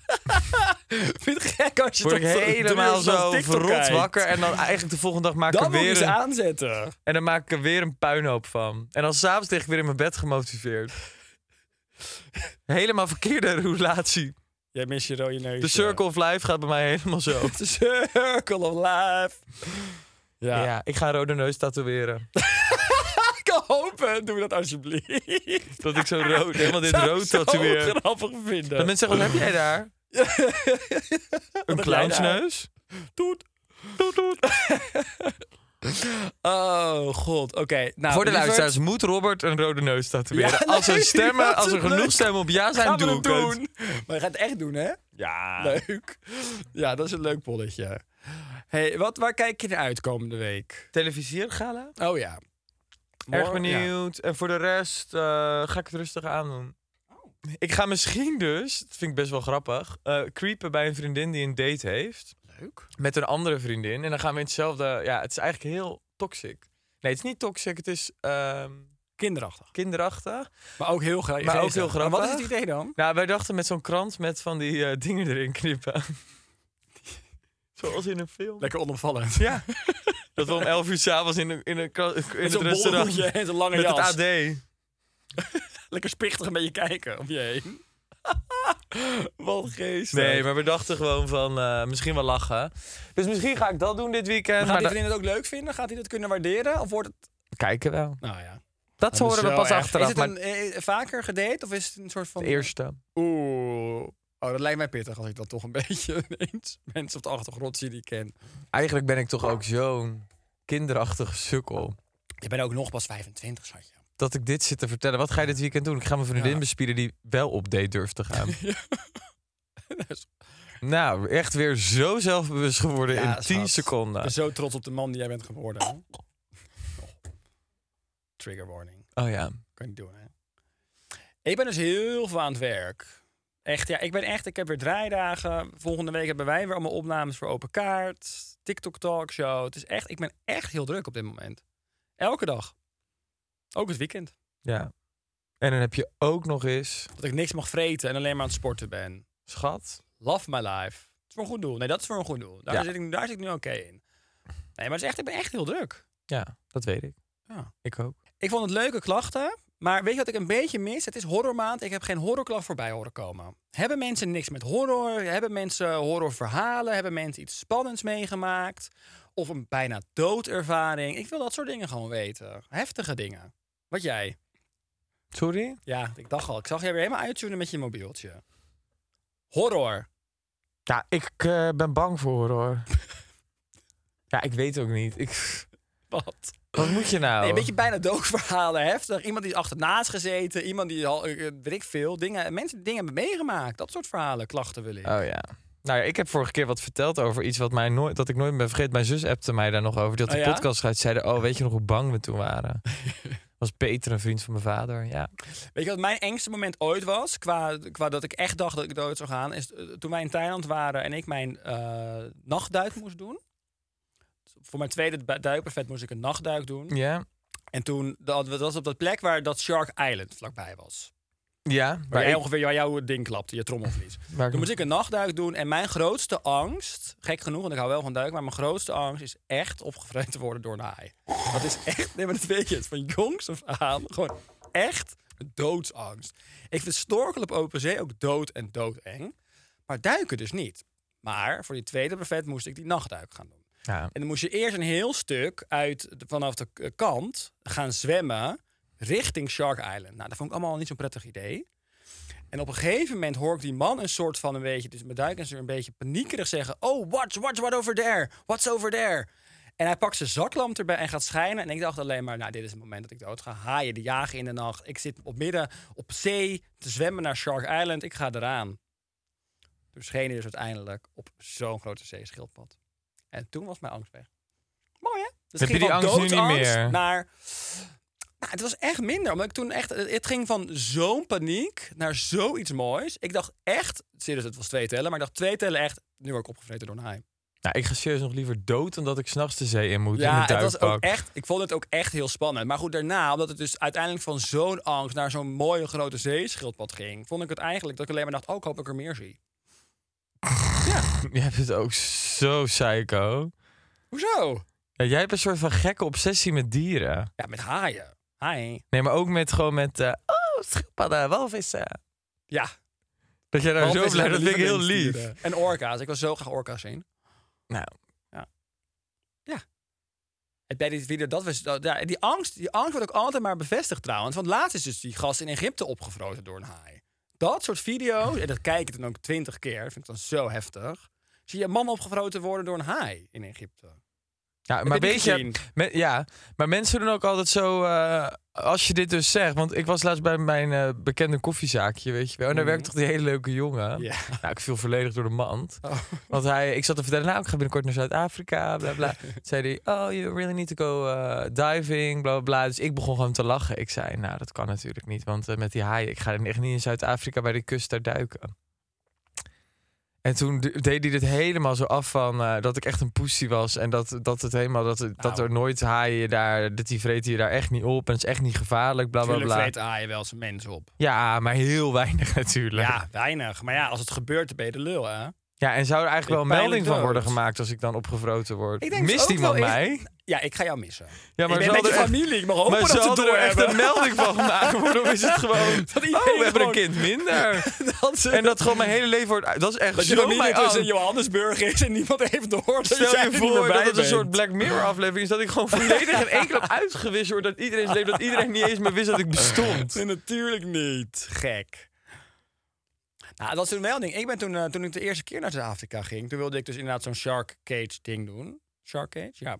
[SPEAKER 2] vind het gek als je
[SPEAKER 3] word ik
[SPEAKER 2] tot drie uur
[SPEAKER 3] helemaal
[SPEAKER 2] s'nachts
[SPEAKER 3] zo
[SPEAKER 2] TikTok
[SPEAKER 3] verrot
[SPEAKER 2] kijkt.
[SPEAKER 3] wakker. En dan eigenlijk de volgende dag maak ik er
[SPEAKER 2] Dan moet je
[SPEAKER 3] weer
[SPEAKER 2] eens
[SPEAKER 3] een,
[SPEAKER 2] aanzetten.
[SPEAKER 3] en dan maak ik er weer een puinhoop van. En dan s'avonds lig ik weer in mijn
[SPEAKER 2] *laughs*
[SPEAKER 3] bed gemotiveerd. Helemaal verkeerde relatie.
[SPEAKER 2] Jij mist je rode neus.
[SPEAKER 3] De circle of life gaat bij mij helemaal zo.
[SPEAKER 2] The circle of life. Ja.
[SPEAKER 3] Ja, ik ga een rode neus tatoeëren.
[SPEAKER 2] Ik kan hopen. Doe dat alsjeblieft.
[SPEAKER 3] *laughs* Dat ik zo rood, helemaal dit
[SPEAKER 2] *laughs* Zou ik
[SPEAKER 3] rood
[SPEAKER 2] zo
[SPEAKER 3] tatoeëer.
[SPEAKER 2] grappig vinden.
[SPEAKER 3] Dat mensen zeggen, wat heb jij
[SPEAKER 2] *laughs*
[SPEAKER 3] daar? Een clownsneus?
[SPEAKER 2] Toet. Toet, toet. *laughs* oh, god. Oké. Nou,
[SPEAKER 3] Voor de
[SPEAKER 2] lieverd,
[SPEAKER 3] luisteraars, moet Robert een rode neus tatoeëren?
[SPEAKER 2] Ja,
[SPEAKER 3] als er
[SPEAKER 2] nee, dat
[SPEAKER 3] stemmen,
[SPEAKER 2] is
[SPEAKER 3] als er
[SPEAKER 2] het
[SPEAKER 3] genoeg
[SPEAKER 2] leuk.
[SPEAKER 3] stemmen op ja zijn,
[SPEAKER 2] Gaan we
[SPEAKER 3] doe
[SPEAKER 2] het
[SPEAKER 3] ik het.
[SPEAKER 2] doen. Maar je gaat het echt doen, hè?
[SPEAKER 3] Ja.
[SPEAKER 2] Leuk. Ja, dat is een leuk polletje. Hey, wat, waar kijk je naar uit komende week?
[SPEAKER 3] Televisiergala?
[SPEAKER 2] Oh ja.
[SPEAKER 3] Erg
[SPEAKER 2] Mor-
[SPEAKER 3] benieuwd. En voor de rest eh, ga ik het rustig aandoen.
[SPEAKER 2] Oh.
[SPEAKER 3] Ik ga misschien dus, dat vind ik best wel grappig, eh, creepen bij een vriendin die een date heeft.
[SPEAKER 2] ja. Leuk.
[SPEAKER 3] met een andere vriendin. En dan gaan we in hetzelfde. Ja, het is eigenlijk heel toxic. Nee, het is niet toxic, het is ehm,
[SPEAKER 2] Kinderachtig.
[SPEAKER 3] kinderachtig.
[SPEAKER 2] Maar ook heel grappig.
[SPEAKER 3] Maar ook heel
[SPEAKER 2] Maar wat is het
[SPEAKER 3] grappig.
[SPEAKER 2] idee dan?
[SPEAKER 3] Nou, wij dachten met zo'n krant met van die eh, dingen erin knippen. *laughs* Zoals in een film.
[SPEAKER 2] Lekker onopvallend. *laughs*
[SPEAKER 3] Ja. Dat we om 11 uur s'avonds in, een- in een kra- in
[SPEAKER 2] Met
[SPEAKER 3] het
[SPEAKER 2] zo'n
[SPEAKER 3] restaurant.
[SPEAKER 2] bolhoedje en zo'n lange
[SPEAKER 3] Met het
[SPEAKER 2] jas.
[SPEAKER 3] AD.
[SPEAKER 2] Lekker spichtig een beetje kijken om je heen. *laughs* wat geest.
[SPEAKER 3] Nee, maar we dachten gewoon van eh, misschien wel lachen. Dus misschien ga ik dat doen dit weekend.
[SPEAKER 2] Gaat
[SPEAKER 3] Maar
[SPEAKER 2] die
[SPEAKER 3] da-
[SPEAKER 2] vriendin het ook leuk vinden? Gaat hij dat kunnen waarderen? Of wordt het...
[SPEAKER 3] Kijken wel.
[SPEAKER 2] Nou ja.
[SPEAKER 3] Dat horen we pas achteraf.
[SPEAKER 2] Is het
[SPEAKER 3] maar
[SPEAKER 2] een, eh, vaker gedate of is het een soort van...
[SPEAKER 3] de eerste.
[SPEAKER 2] Oeh. Oh, dat lijkt mij pittig als ik dan toch een *laughs* beetje ineens mensen op de achtergrond zie die ik ken.
[SPEAKER 3] Eigenlijk ben ik toch ook zo'n kinderachtige sukkel.
[SPEAKER 2] Je bent ook nog pas 25, schatje.
[SPEAKER 3] dat ik dit zit te vertellen. Wat ga je dit weekend doen? Ik ga mijn vriendin
[SPEAKER 2] Ja.
[SPEAKER 3] *laughs* bespieden die wel op date durft te gaan. Nou, echt weer zo zelfbewust geworden in 10
[SPEAKER 2] schat.
[SPEAKER 3] seconden.
[SPEAKER 2] Ik ben zo trots op de man die jij bent geworden. hè. Trigger warning.
[SPEAKER 3] Oh ja.
[SPEAKER 2] Kan je niet doen, hè? Ik ben dus heel veel aan het werk. Echt, ja, ik ben echt... Ik heb weer draaidagen. Volgende week hebben wij weer allemaal opnames voor Open Kaart. TikTok Talkshow. Het is echt... Ik ben echt heel druk op dit moment. Elke dag. Ook het weekend.
[SPEAKER 3] ja. En dan heb je ook nog eens,
[SPEAKER 2] Dat ik niks mag vreten en alleen maar aan het sporten ben.
[SPEAKER 3] schat,
[SPEAKER 2] Love my life. Het is voor een goed doel. Nee, dat is voor een goed doel. Daar,
[SPEAKER 3] Ja.
[SPEAKER 2] zit, ik, daar zit ik nu oké in. Nee, maar het is echt, ik ben echt heel druk.
[SPEAKER 3] ja, dat weet ik.
[SPEAKER 2] Ja.
[SPEAKER 3] Ik ook.
[SPEAKER 2] Ik vond het leuke klachten. Maar weet je wat ik een beetje mis? Het is horrormaand. Ik heb geen horrorklacht voorbij horen komen. Hebben mensen niks met horror? Hebben mensen horrorverhalen? Hebben mensen iets spannends meegemaakt? Of een bijna doodervaring? Ik wil dat soort dingen gewoon weten. Heftige dingen. Wat jij?
[SPEAKER 3] Sorry?
[SPEAKER 2] Ja, ik dacht al. Ik zag jij weer helemaal uittunen met je mobieltje. Horror.
[SPEAKER 3] Ja, ik eh, ben bang
[SPEAKER 2] *laughs*
[SPEAKER 3] voor hoor. ja, ik weet ook niet. Ik,
[SPEAKER 2] Wat?
[SPEAKER 3] wat moet je nou?
[SPEAKER 2] Nee, een beetje bijna doodverhalen, heftig. Iemand die achterna is gezeten, iemand die al, eh, eh, weet ik veel, dingen, mensen die dingen hebben meegemaakt. Dat soort verhalen, klachten wil ik.
[SPEAKER 3] Oh ja. Nou ja, ik heb vorige keer wat verteld over iets wat mij nooit, dat ik nooit ben vergeten. Mijn zus appte mij daar nog over. Die had
[SPEAKER 2] Oh
[SPEAKER 3] de
[SPEAKER 2] ja?
[SPEAKER 3] podcast uit. Zeiden, oh, weet je nog hoe bang we toen
[SPEAKER 2] *laughs*
[SPEAKER 3] waren? Was Peter een vriend van mijn vader? Ja.
[SPEAKER 2] Weet je wat mijn engste moment ooit was, qua, qua dat ik echt dacht dat ik dood zou gaan, is eh, toen wij in Thailand waren en ik mijn eh, nachtduik moest doen. Voor mijn tweede du- duikbuffet moest ik een nachtduik doen.
[SPEAKER 3] Ja.
[SPEAKER 2] En toen, dat, dat was op dat plek waar dat Shark Island vlakbij was.
[SPEAKER 3] Ja.
[SPEAKER 2] Waar jij
[SPEAKER 3] ik-
[SPEAKER 2] ongeveer waar jouw ding klapte, je trommelvlies.
[SPEAKER 3] *laughs* waar ik-
[SPEAKER 2] Toen moest ik een nachtduik doen en mijn grootste angst, gek genoeg, want ik hou wel van duiken, maar mijn grootste angst is echt opgevreten te worden door een haai. Dat is echt, nee maar dat weet je het, van jongs af aan, gewoon echt een doodsangst. Ik vind snorkelen op open zee ook dood en doodeng, maar duiken dus niet. Maar voor die tweede buffet moest ik die nachtduik gaan doen.
[SPEAKER 3] Ja.
[SPEAKER 2] En dan moest je eerst een heel stuk uit, vanaf de k- kant gaan zwemmen richting Shark Island. Nou, dat vond ik allemaal niet zo'n prettig idee. En op een gegeven moment hoor ik die man een soort van een beetje, dus mijn duikens een beetje paniekerig zeggen: Oh, watch, watch, what over there? What's over there? En hij pakt zijn zaklamp erbij en gaat schijnen. En ik dacht alleen maar, nou, dit is het moment dat ik dood ga. Haaien, die jagen in de nacht. Ik zit op midden op zee te zwemmen naar Shark Island. Ik ga eraan. Toen scheen hij dus uiteindelijk op zo'n grote zeeschildpad. En toen was mijn angst weg. Mooi, hè? Dus
[SPEAKER 3] Heb
[SPEAKER 2] het
[SPEAKER 3] je
[SPEAKER 2] ging
[SPEAKER 3] die
[SPEAKER 2] van
[SPEAKER 3] angst nu niet
[SPEAKER 2] doodsangst
[SPEAKER 3] meer?
[SPEAKER 2] Naar... Nou, het was echt minder. Omdat ik toen echt... Het ging van zo'n paniek naar zoiets moois. Ik dacht echt... Serieus, het was twee tellen. Maar ik dacht twee tellen echt... Nu word ik opgevreten door een haai.
[SPEAKER 3] Nou, ik ga serieus nog liever dood dan dat ik s'nachts de zee in moet. in
[SPEAKER 2] Ja,
[SPEAKER 3] een
[SPEAKER 2] het was ook
[SPEAKER 3] duikpak. *laughs*
[SPEAKER 2] echt, ik vond het ook echt heel spannend. Maar goed, daarna, omdat het dus uiteindelijk van zo'n angst naar zo'n mooie grote zeeschildpad ging, vond ik het eigenlijk dat ik alleen maar dacht: oh, ik hoop dat ik er meer zie.
[SPEAKER 3] Jij hebt het ook zo psycho.
[SPEAKER 2] Hoezo?
[SPEAKER 3] Ja, jij hebt een soort van gekke obsessie met dieren.
[SPEAKER 2] Ja, met haaien. Haai.
[SPEAKER 3] Nee, maar ook met gewoon met... eh, oh, schildpadden, walvissen.
[SPEAKER 2] Ja.
[SPEAKER 3] Dat jij daar zo
[SPEAKER 2] walvissen
[SPEAKER 3] blij... Dat vind ik
[SPEAKER 2] hebben
[SPEAKER 3] heel lief.
[SPEAKER 2] lievelingsdieren. En orka's. Ik wil zo graag orka's zien.
[SPEAKER 3] Nou,
[SPEAKER 2] En Bij dit video, dat was, dat- ja, die, angst, die angst wordt ook altijd maar bevestigd trouwens. Want laatst is dus die gast in Egypte opgevroten door een haai. Dat soort video's, en dat kijk ik dan ook twintig keer, vind ik dan zo heftig. Zie je een man opgevroten worden door een haai in Egypte.
[SPEAKER 3] Ja, maar
[SPEAKER 2] heb ik
[SPEAKER 3] weet je,
[SPEAKER 2] gezien.
[SPEAKER 3] me- ja, maar mensen doen ook altijd zo. eh, als je dit dus zegt, want ik was laatst bij mijn eh, bekende koffiezaakje, weet je wel, en daar werkte toch die hele leuke jongen.
[SPEAKER 2] Mhm. Ja. *laughs* Oh,
[SPEAKER 3] Nou, ik viel volledig door de mand, want hij, ik zat te vertellen, nou, ik ga binnenkort naar Zuid-Afrika, bla bla. Toen zei hij, oh, you really need to go eh, diving, bla bla, bla. Dus ik begon gewoon te lachen. Ik zei, nou, dat kan natuurlijk niet, want eh, met die haaien, ik ga echt niet in Zuid-Afrika bij de kust daar duiken. En toen de- deed hij dit helemaal zo af van eh, dat ik echt een poesie was. En dat, dat het helemaal, dat, dat er nooit haaien daar, dat die vreten je daar echt niet op. En het is echt niet gevaarlijk, bla bla
[SPEAKER 2] Natuurlijk
[SPEAKER 3] bla.
[SPEAKER 2] vreet haaien wel zijn mensen op.
[SPEAKER 3] Ja, maar heel weinig *laughs* natuurlijk.
[SPEAKER 2] Ja, weinig. Maar ja, als het gebeurt, dan ben je de lul, hè?
[SPEAKER 3] Ja, en zou er eigenlijk wel
[SPEAKER 2] Ik
[SPEAKER 3] een
[SPEAKER 2] pijnlijk
[SPEAKER 3] melding van worden
[SPEAKER 2] dood.
[SPEAKER 3] gemaakt als ik dan opgevroten word?
[SPEAKER 2] Ik denk dus
[SPEAKER 3] Mist
[SPEAKER 2] ook
[SPEAKER 3] iemand
[SPEAKER 2] wel
[SPEAKER 3] mij?
[SPEAKER 2] eens- Ja, ik ga jou missen.
[SPEAKER 3] Ja, maar
[SPEAKER 2] ik ben met
[SPEAKER 3] ze
[SPEAKER 2] je
[SPEAKER 3] hadden echt-
[SPEAKER 2] familie. Ik mag hopen
[SPEAKER 3] maar
[SPEAKER 2] dat
[SPEAKER 3] ze
[SPEAKER 2] ze
[SPEAKER 3] hadden
[SPEAKER 2] door
[SPEAKER 3] er echt een melding van
[SPEAKER 2] *laughs*
[SPEAKER 3] gemaakt. Waarom is het gewoon...
[SPEAKER 2] Dat iedereen
[SPEAKER 3] oh, we hebben
[SPEAKER 2] gewoon-
[SPEAKER 3] een kind minder.
[SPEAKER 2] *laughs* dat ze-
[SPEAKER 3] En dat gewoon mijn hele leven wordt... Dat is echt
[SPEAKER 2] Dat je
[SPEAKER 3] zo
[SPEAKER 2] dan niet
[SPEAKER 3] mijn
[SPEAKER 2] tussen
[SPEAKER 3] angst.
[SPEAKER 2] Johannesburg is en niemand heeft door dat
[SPEAKER 3] Stel
[SPEAKER 2] jij er
[SPEAKER 3] je
[SPEAKER 2] niet
[SPEAKER 3] voor
[SPEAKER 2] meer bij
[SPEAKER 3] dat het een
[SPEAKER 2] bent.
[SPEAKER 3] soort Black Mirror aflevering is. Dat ik gewoon volledig in één klap uitgewist word. Dat iedereen leeft. Dat iedereen niet eens meer wist dat ik
[SPEAKER 2] *laughs*
[SPEAKER 3] bestond.
[SPEAKER 2] Nee, natuurlijk niet. Gek. Nou, dat is toen wel een ding. Ik ben toen, eh, toen ik de eerste keer naar Zuid-Afrika ging, toen wilde ik dus inderdaad zo'n shark cage ding doen. Shark cage? Ja.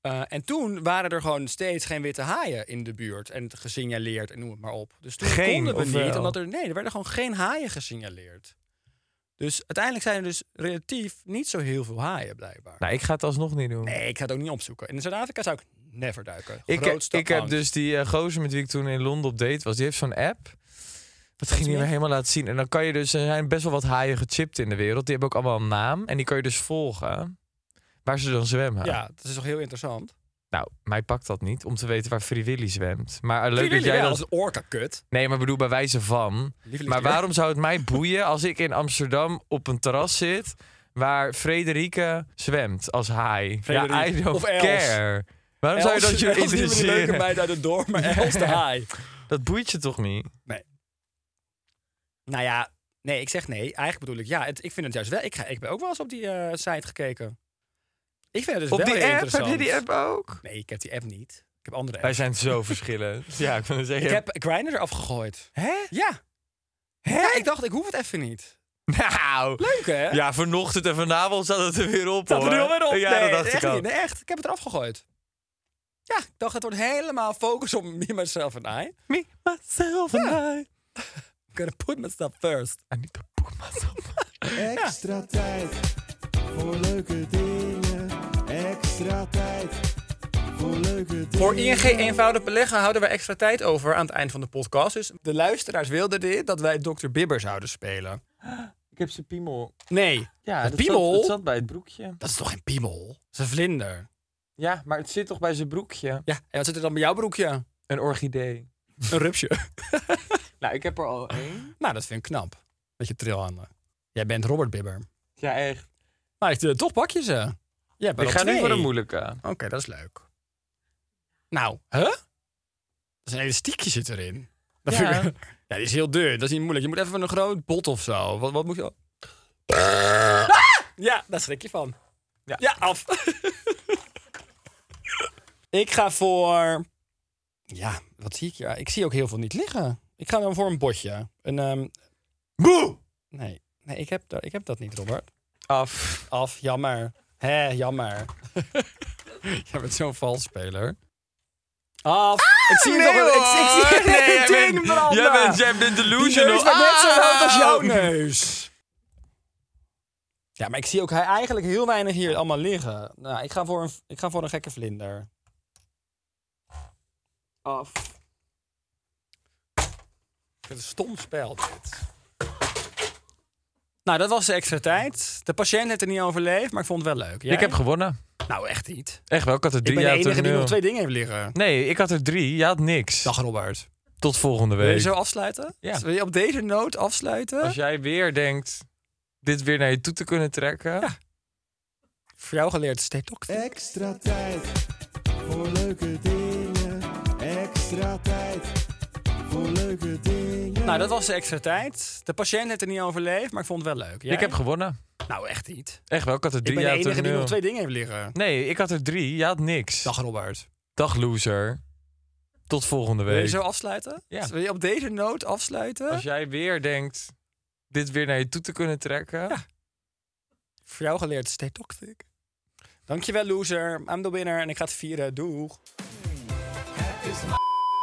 [SPEAKER 2] Eh, en toen waren er gewoon steeds geen witte haaien in de buurt en gesignaleerd en noem het maar op. Dus toen
[SPEAKER 3] Geen,
[SPEAKER 2] konden we
[SPEAKER 3] of
[SPEAKER 2] niet,
[SPEAKER 3] wel?
[SPEAKER 2] omdat er nee, er werden gewoon geen haaien gesignaleerd. Dus uiteindelijk zijn er dus relatief niet zo heel veel haaien blijkbaar.
[SPEAKER 3] Nou, ik ga het alsnog niet doen.
[SPEAKER 2] Nee, ik ga het ook niet opzoeken. En in Zuid-Afrika zou ik never duiken.
[SPEAKER 3] Ik, heb-
[SPEAKER 2] Grootste
[SPEAKER 3] ik heb
[SPEAKER 2] angst.
[SPEAKER 3] dus die eh, gozer met wie ik toen in Londen op date was, die heeft zo'n app. Dat ging hij me helemaal laten zien. En dan kan je dus, er zijn best wel wat haaien gechipt in de wereld. Die hebben ook allemaal een naam. En die kan je dus volgen waar ze dan zwemmen.
[SPEAKER 2] Ja, dat is toch heel interessant.
[SPEAKER 3] Nou, mij pakt dat niet om te weten waar Free Willy zwemt. Maar eh, leuk
[SPEAKER 2] Jullie
[SPEAKER 3] dat jij
[SPEAKER 2] wel,
[SPEAKER 3] dat...
[SPEAKER 2] is een orka-kut.
[SPEAKER 3] Nee, maar ik bedoel bij wijze van. Maar
[SPEAKER 2] Lievelingsdier.
[SPEAKER 3] waarom zou het mij boeien als ik in Amsterdam op een terras zit waar Frederike zwemt als haai? Ja,
[SPEAKER 2] Frederike.
[SPEAKER 3] I don't
[SPEAKER 2] Of Els.
[SPEAKER 3] care. Waarom zou
[SPEAKER 2] *laughs*
[SPEAKER 3] je dat je
[SPEAKER 2] leuke
[SPEAKER 3] interesseren?
[SPEAKER 2] meid uit het dorp,
[SPEAKER 3] *laughs*
[SPEAKER 2] maar Els de haai.
[SPEAKER 3] Dat boeit je toch niet?
[SPEAKER 2] Nee. Nou ja, nee, ik zeg nee. Eigenlijk bedoel ik ja. Het, ik vind het juist wel. Ik, ga, ik ben ook wel eens op die eh, site gekeken. Ik vind het dus
[SPEAKER 3] Op
[SPEAKER 2] wel
[SPEAKER 3] die
[SPEAKER 2] heel
[SPEAKER 3] app? Heb
[SPEAKER 2] interessant.
[SPEAKER 3] je die app ook?
[SPEAKER 2] Nee, ik heb die app niet. Ik heb andere
[SPEAKER 3] Wij
[SPEAKER 2] apps.
[SPEAKER 3] zijn zo *laughs* verschillend. ja, ik wil zeggen.
[SPEAKER 2] Ik heb Grindr eraf gegooid.
[SPEAKER 3] Hè?
[SPEAKER 2] Ja. Ja, ik dacht, ik hoef het even niet.
[SPEAKER 3] Nou.
[SPEAKER 2] Leuk, hè?
[SPEAKER 3] Ja, vanochtend en vanavond zat het er weer op.
[SPEAKER 2] Dat er
[SPEAKER 3] hoor.
[SPEAKER 2] nu alweer op.
[SPEAKER 3] Ja,
[SPEAKER 2] nee,
[SPEAKER 3] dat dacht
[SPEAKER 2] echt
[SPEAKER 3] ik al.
[SPEAKER 2] niet. Nee, echt. Ik heb het eraf gegooid. Ja, ik dacht, het wordt helemaal focus op me, myself en I.
[SPEAKER 3] Me, myself and I.
[SPEAKER 2] *laughs* I'm gonna put myself first.
[SPEAKER 3] I need to put myself.
[SPEAKER 1] Extra tijd voor leuke dingen. Extra tijd voor leuke dingen.
[SPEAKER 2] Voor ING eenvoudig beleggen houden wij extra tijd over aan het eind van de podcast. Dus de luisteraars wilden dit, dat wij Dr. Bibber zouden spelen.
[SPEAKER 3] Ik heb zijn piemel.
[SPEAKER 2] Nee,
[SPEAKER 3] Ja,
[SPEAKER 2] een
[SPEAKER 3] dat zat-
[SPEAKER 2] piemel,
[SPEAKER 3] dat
[SPEAKER 2] dat,
[SPEAKER 3] zat bij het broekje.
[SPEAKER 2] is toch geen piemel? Dat is een vlinder.
[SPEAKER 3] Ja, maar het zit toch bij zijn broekje?
[SPEAKER 2] Ja, en wat zit er dan bij jouw broekje?
[SPEAKER 3] Een orchidee.
[SPEAKER 2] Een rupsje. *laughs*
[SPEAKER 3] Nou, ik heb er al één.
[SPEAKER 2] nou, dat vind ik knap. Met je trilhanden. Jij bent Robert Bibber.
[SPEAKER 3] Ja, echt.
[SPEAKER 2] Maar ik, eh, toch pak je ze. Jij bent
[SPEAKER 3] Ik ga nu voor een moeilijke.
[SPEAKER 2] Oké, dat is leuk. Nou, hè? Dat is een elastiekje zit erin. Dat
[SPEAKER 3] Ja.
[SPEAKER 2] vind ik- *laughs* ja, die is heel dun. Dat is niet moeilijk. Je moet even een groot bot of zo. Wat, wat moet je... Ah! Ja, daar schrik je van. Ja, af. *laughs* ik ga voor... Ja, wat zie ik hier? Ah, Ik zie ook heel veel niet liggen. Ik ga dan voor een botje. Een... ehm Boe! Nee, nee ik, heb, da- ik heb dat niet, Robert.
[SPEAKER 3] Af.
[SPEAKER 2] Af, jammer. Hé, jammer. *laughs* Jij bent zo'n valsspeler. Af. ik zie
[SPEAKER 3] Ah, nee,
[SPEAKER 2] hem nog wel. Ik, ik
[SPEAKER 3] *laughs*
[SPEAKER 2] zie
[SPEAKER 3] hoor. Nee, jij
[SPEAKER 2] *laughs* ik zie
[SPEAKER 3] bent-
[SPEAKER 2] hem branden.
[SPEAKER 3] jij bent- jij bent
[SPEAKER 2] Die
[SPEAKER 3] delusional.
[SPEAKER 2] neus
[SPEAKER 3] Ah.
[SPEAKER 2] wordt net zo rood als jouw
[SPEAKER 3] Au.
[SPEAKER 2] neus. Ja, maar ik zie ook hij eigenlijk heel weinig hier allemaal liggen. Nou, ik ga voor een, ik ga voor een gekke vlinder. Af. Het is een stom spel, dit. Nou, dat was de extra tijd. De patiënt heeft het niet overleefd, maar ik vond het wel leuk. Jij?
[SPEAKER 3] Ik heb gewonnen.
[SPEAKER 2] Nou, echt niet.
[SPEAKER 3] Echt wel, ik had er
[SPEAKER 2] Ik
[SPEAKER 3] drie.
[SPEAKER 2] ben de
[SPEAKER 3] jij had er
[SPEAKER 2] enige die
[SPEAKER 3] nul.
[SPEAKER 2] nog twee dingen heeft liggen.
[SPEAKER 3] Nee, ik had er drie. Je had niks.
[SPEAKER 2] Dag Robert.
[SPEAKER 3] Tot volgende
[SPEAKER 2] Wil je
[SPEAKER 3] week.
[SPEAKER 2] zo afsluiten?
[SPEAKER 3] Ja.
[SPEAKER 2] Wil je op deze noot afsluiten?
[SPEAKER 3] Als jij weer denkt dit weer naar je toe te kunnen trekken.
[SPEAKER 2] Voor jou geleerd, stay talk.
[SPEAKER 1] Extra tijd voor leuke dingen. Extra tijd voor leuke dingen.
[SPEAKER 2] Nou, dat was de extra tijd. De patiënt heeft het niet overleefd, maar ik vond het wel leuk. Jij?
[SPEAKER 3] Ik heb gewonnen.
[SPEAKER 2] Nou, echt niet.
[SPEAKER 3] Echt wel, ik had er
[SPEAKER 2] Ik
[SPEAKER 3] drie.
[SPEAKER 2] ben de
[SPEAKER 3] jij had er
[SPEAKER 2] enige die
[SPEAKER 3] nul.
[SPEAKER 2] nog twee dingen heeft liggen.
[SPEAKER 3] Nee, ik had er drie. Je had niks.
[SPEAKER 2] Dag Robert.
[SPEAKER 3] Dag, loser. Tot volgende
[SPEAKER 2] Wil je
[SPEAKER 3] week.
[SPEAKER 2] zo afsluiten?
[SPEAKER 3] Ja.
[SPEAKER 2] Wil je op deze noot afsluiten?
[SPEAKER 3] Als jij weer denkt dit weer naar je toe te kunnen trekken.
[SPEAKER 2] Voor jou geleerd, stay toxic. Dankjewel, loser. I'm the winner en ik ga het vieren. Doeg. *laughs*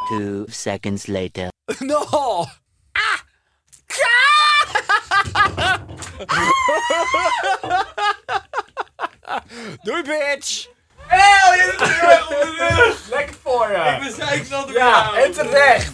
[SPEAKER 7] Two seconds later.
[SPEAKER 2] No! Ah! Ah! *laughs* Doei, bitch! Lekker voor je! Ik ben zeiknat Ja, en terecht!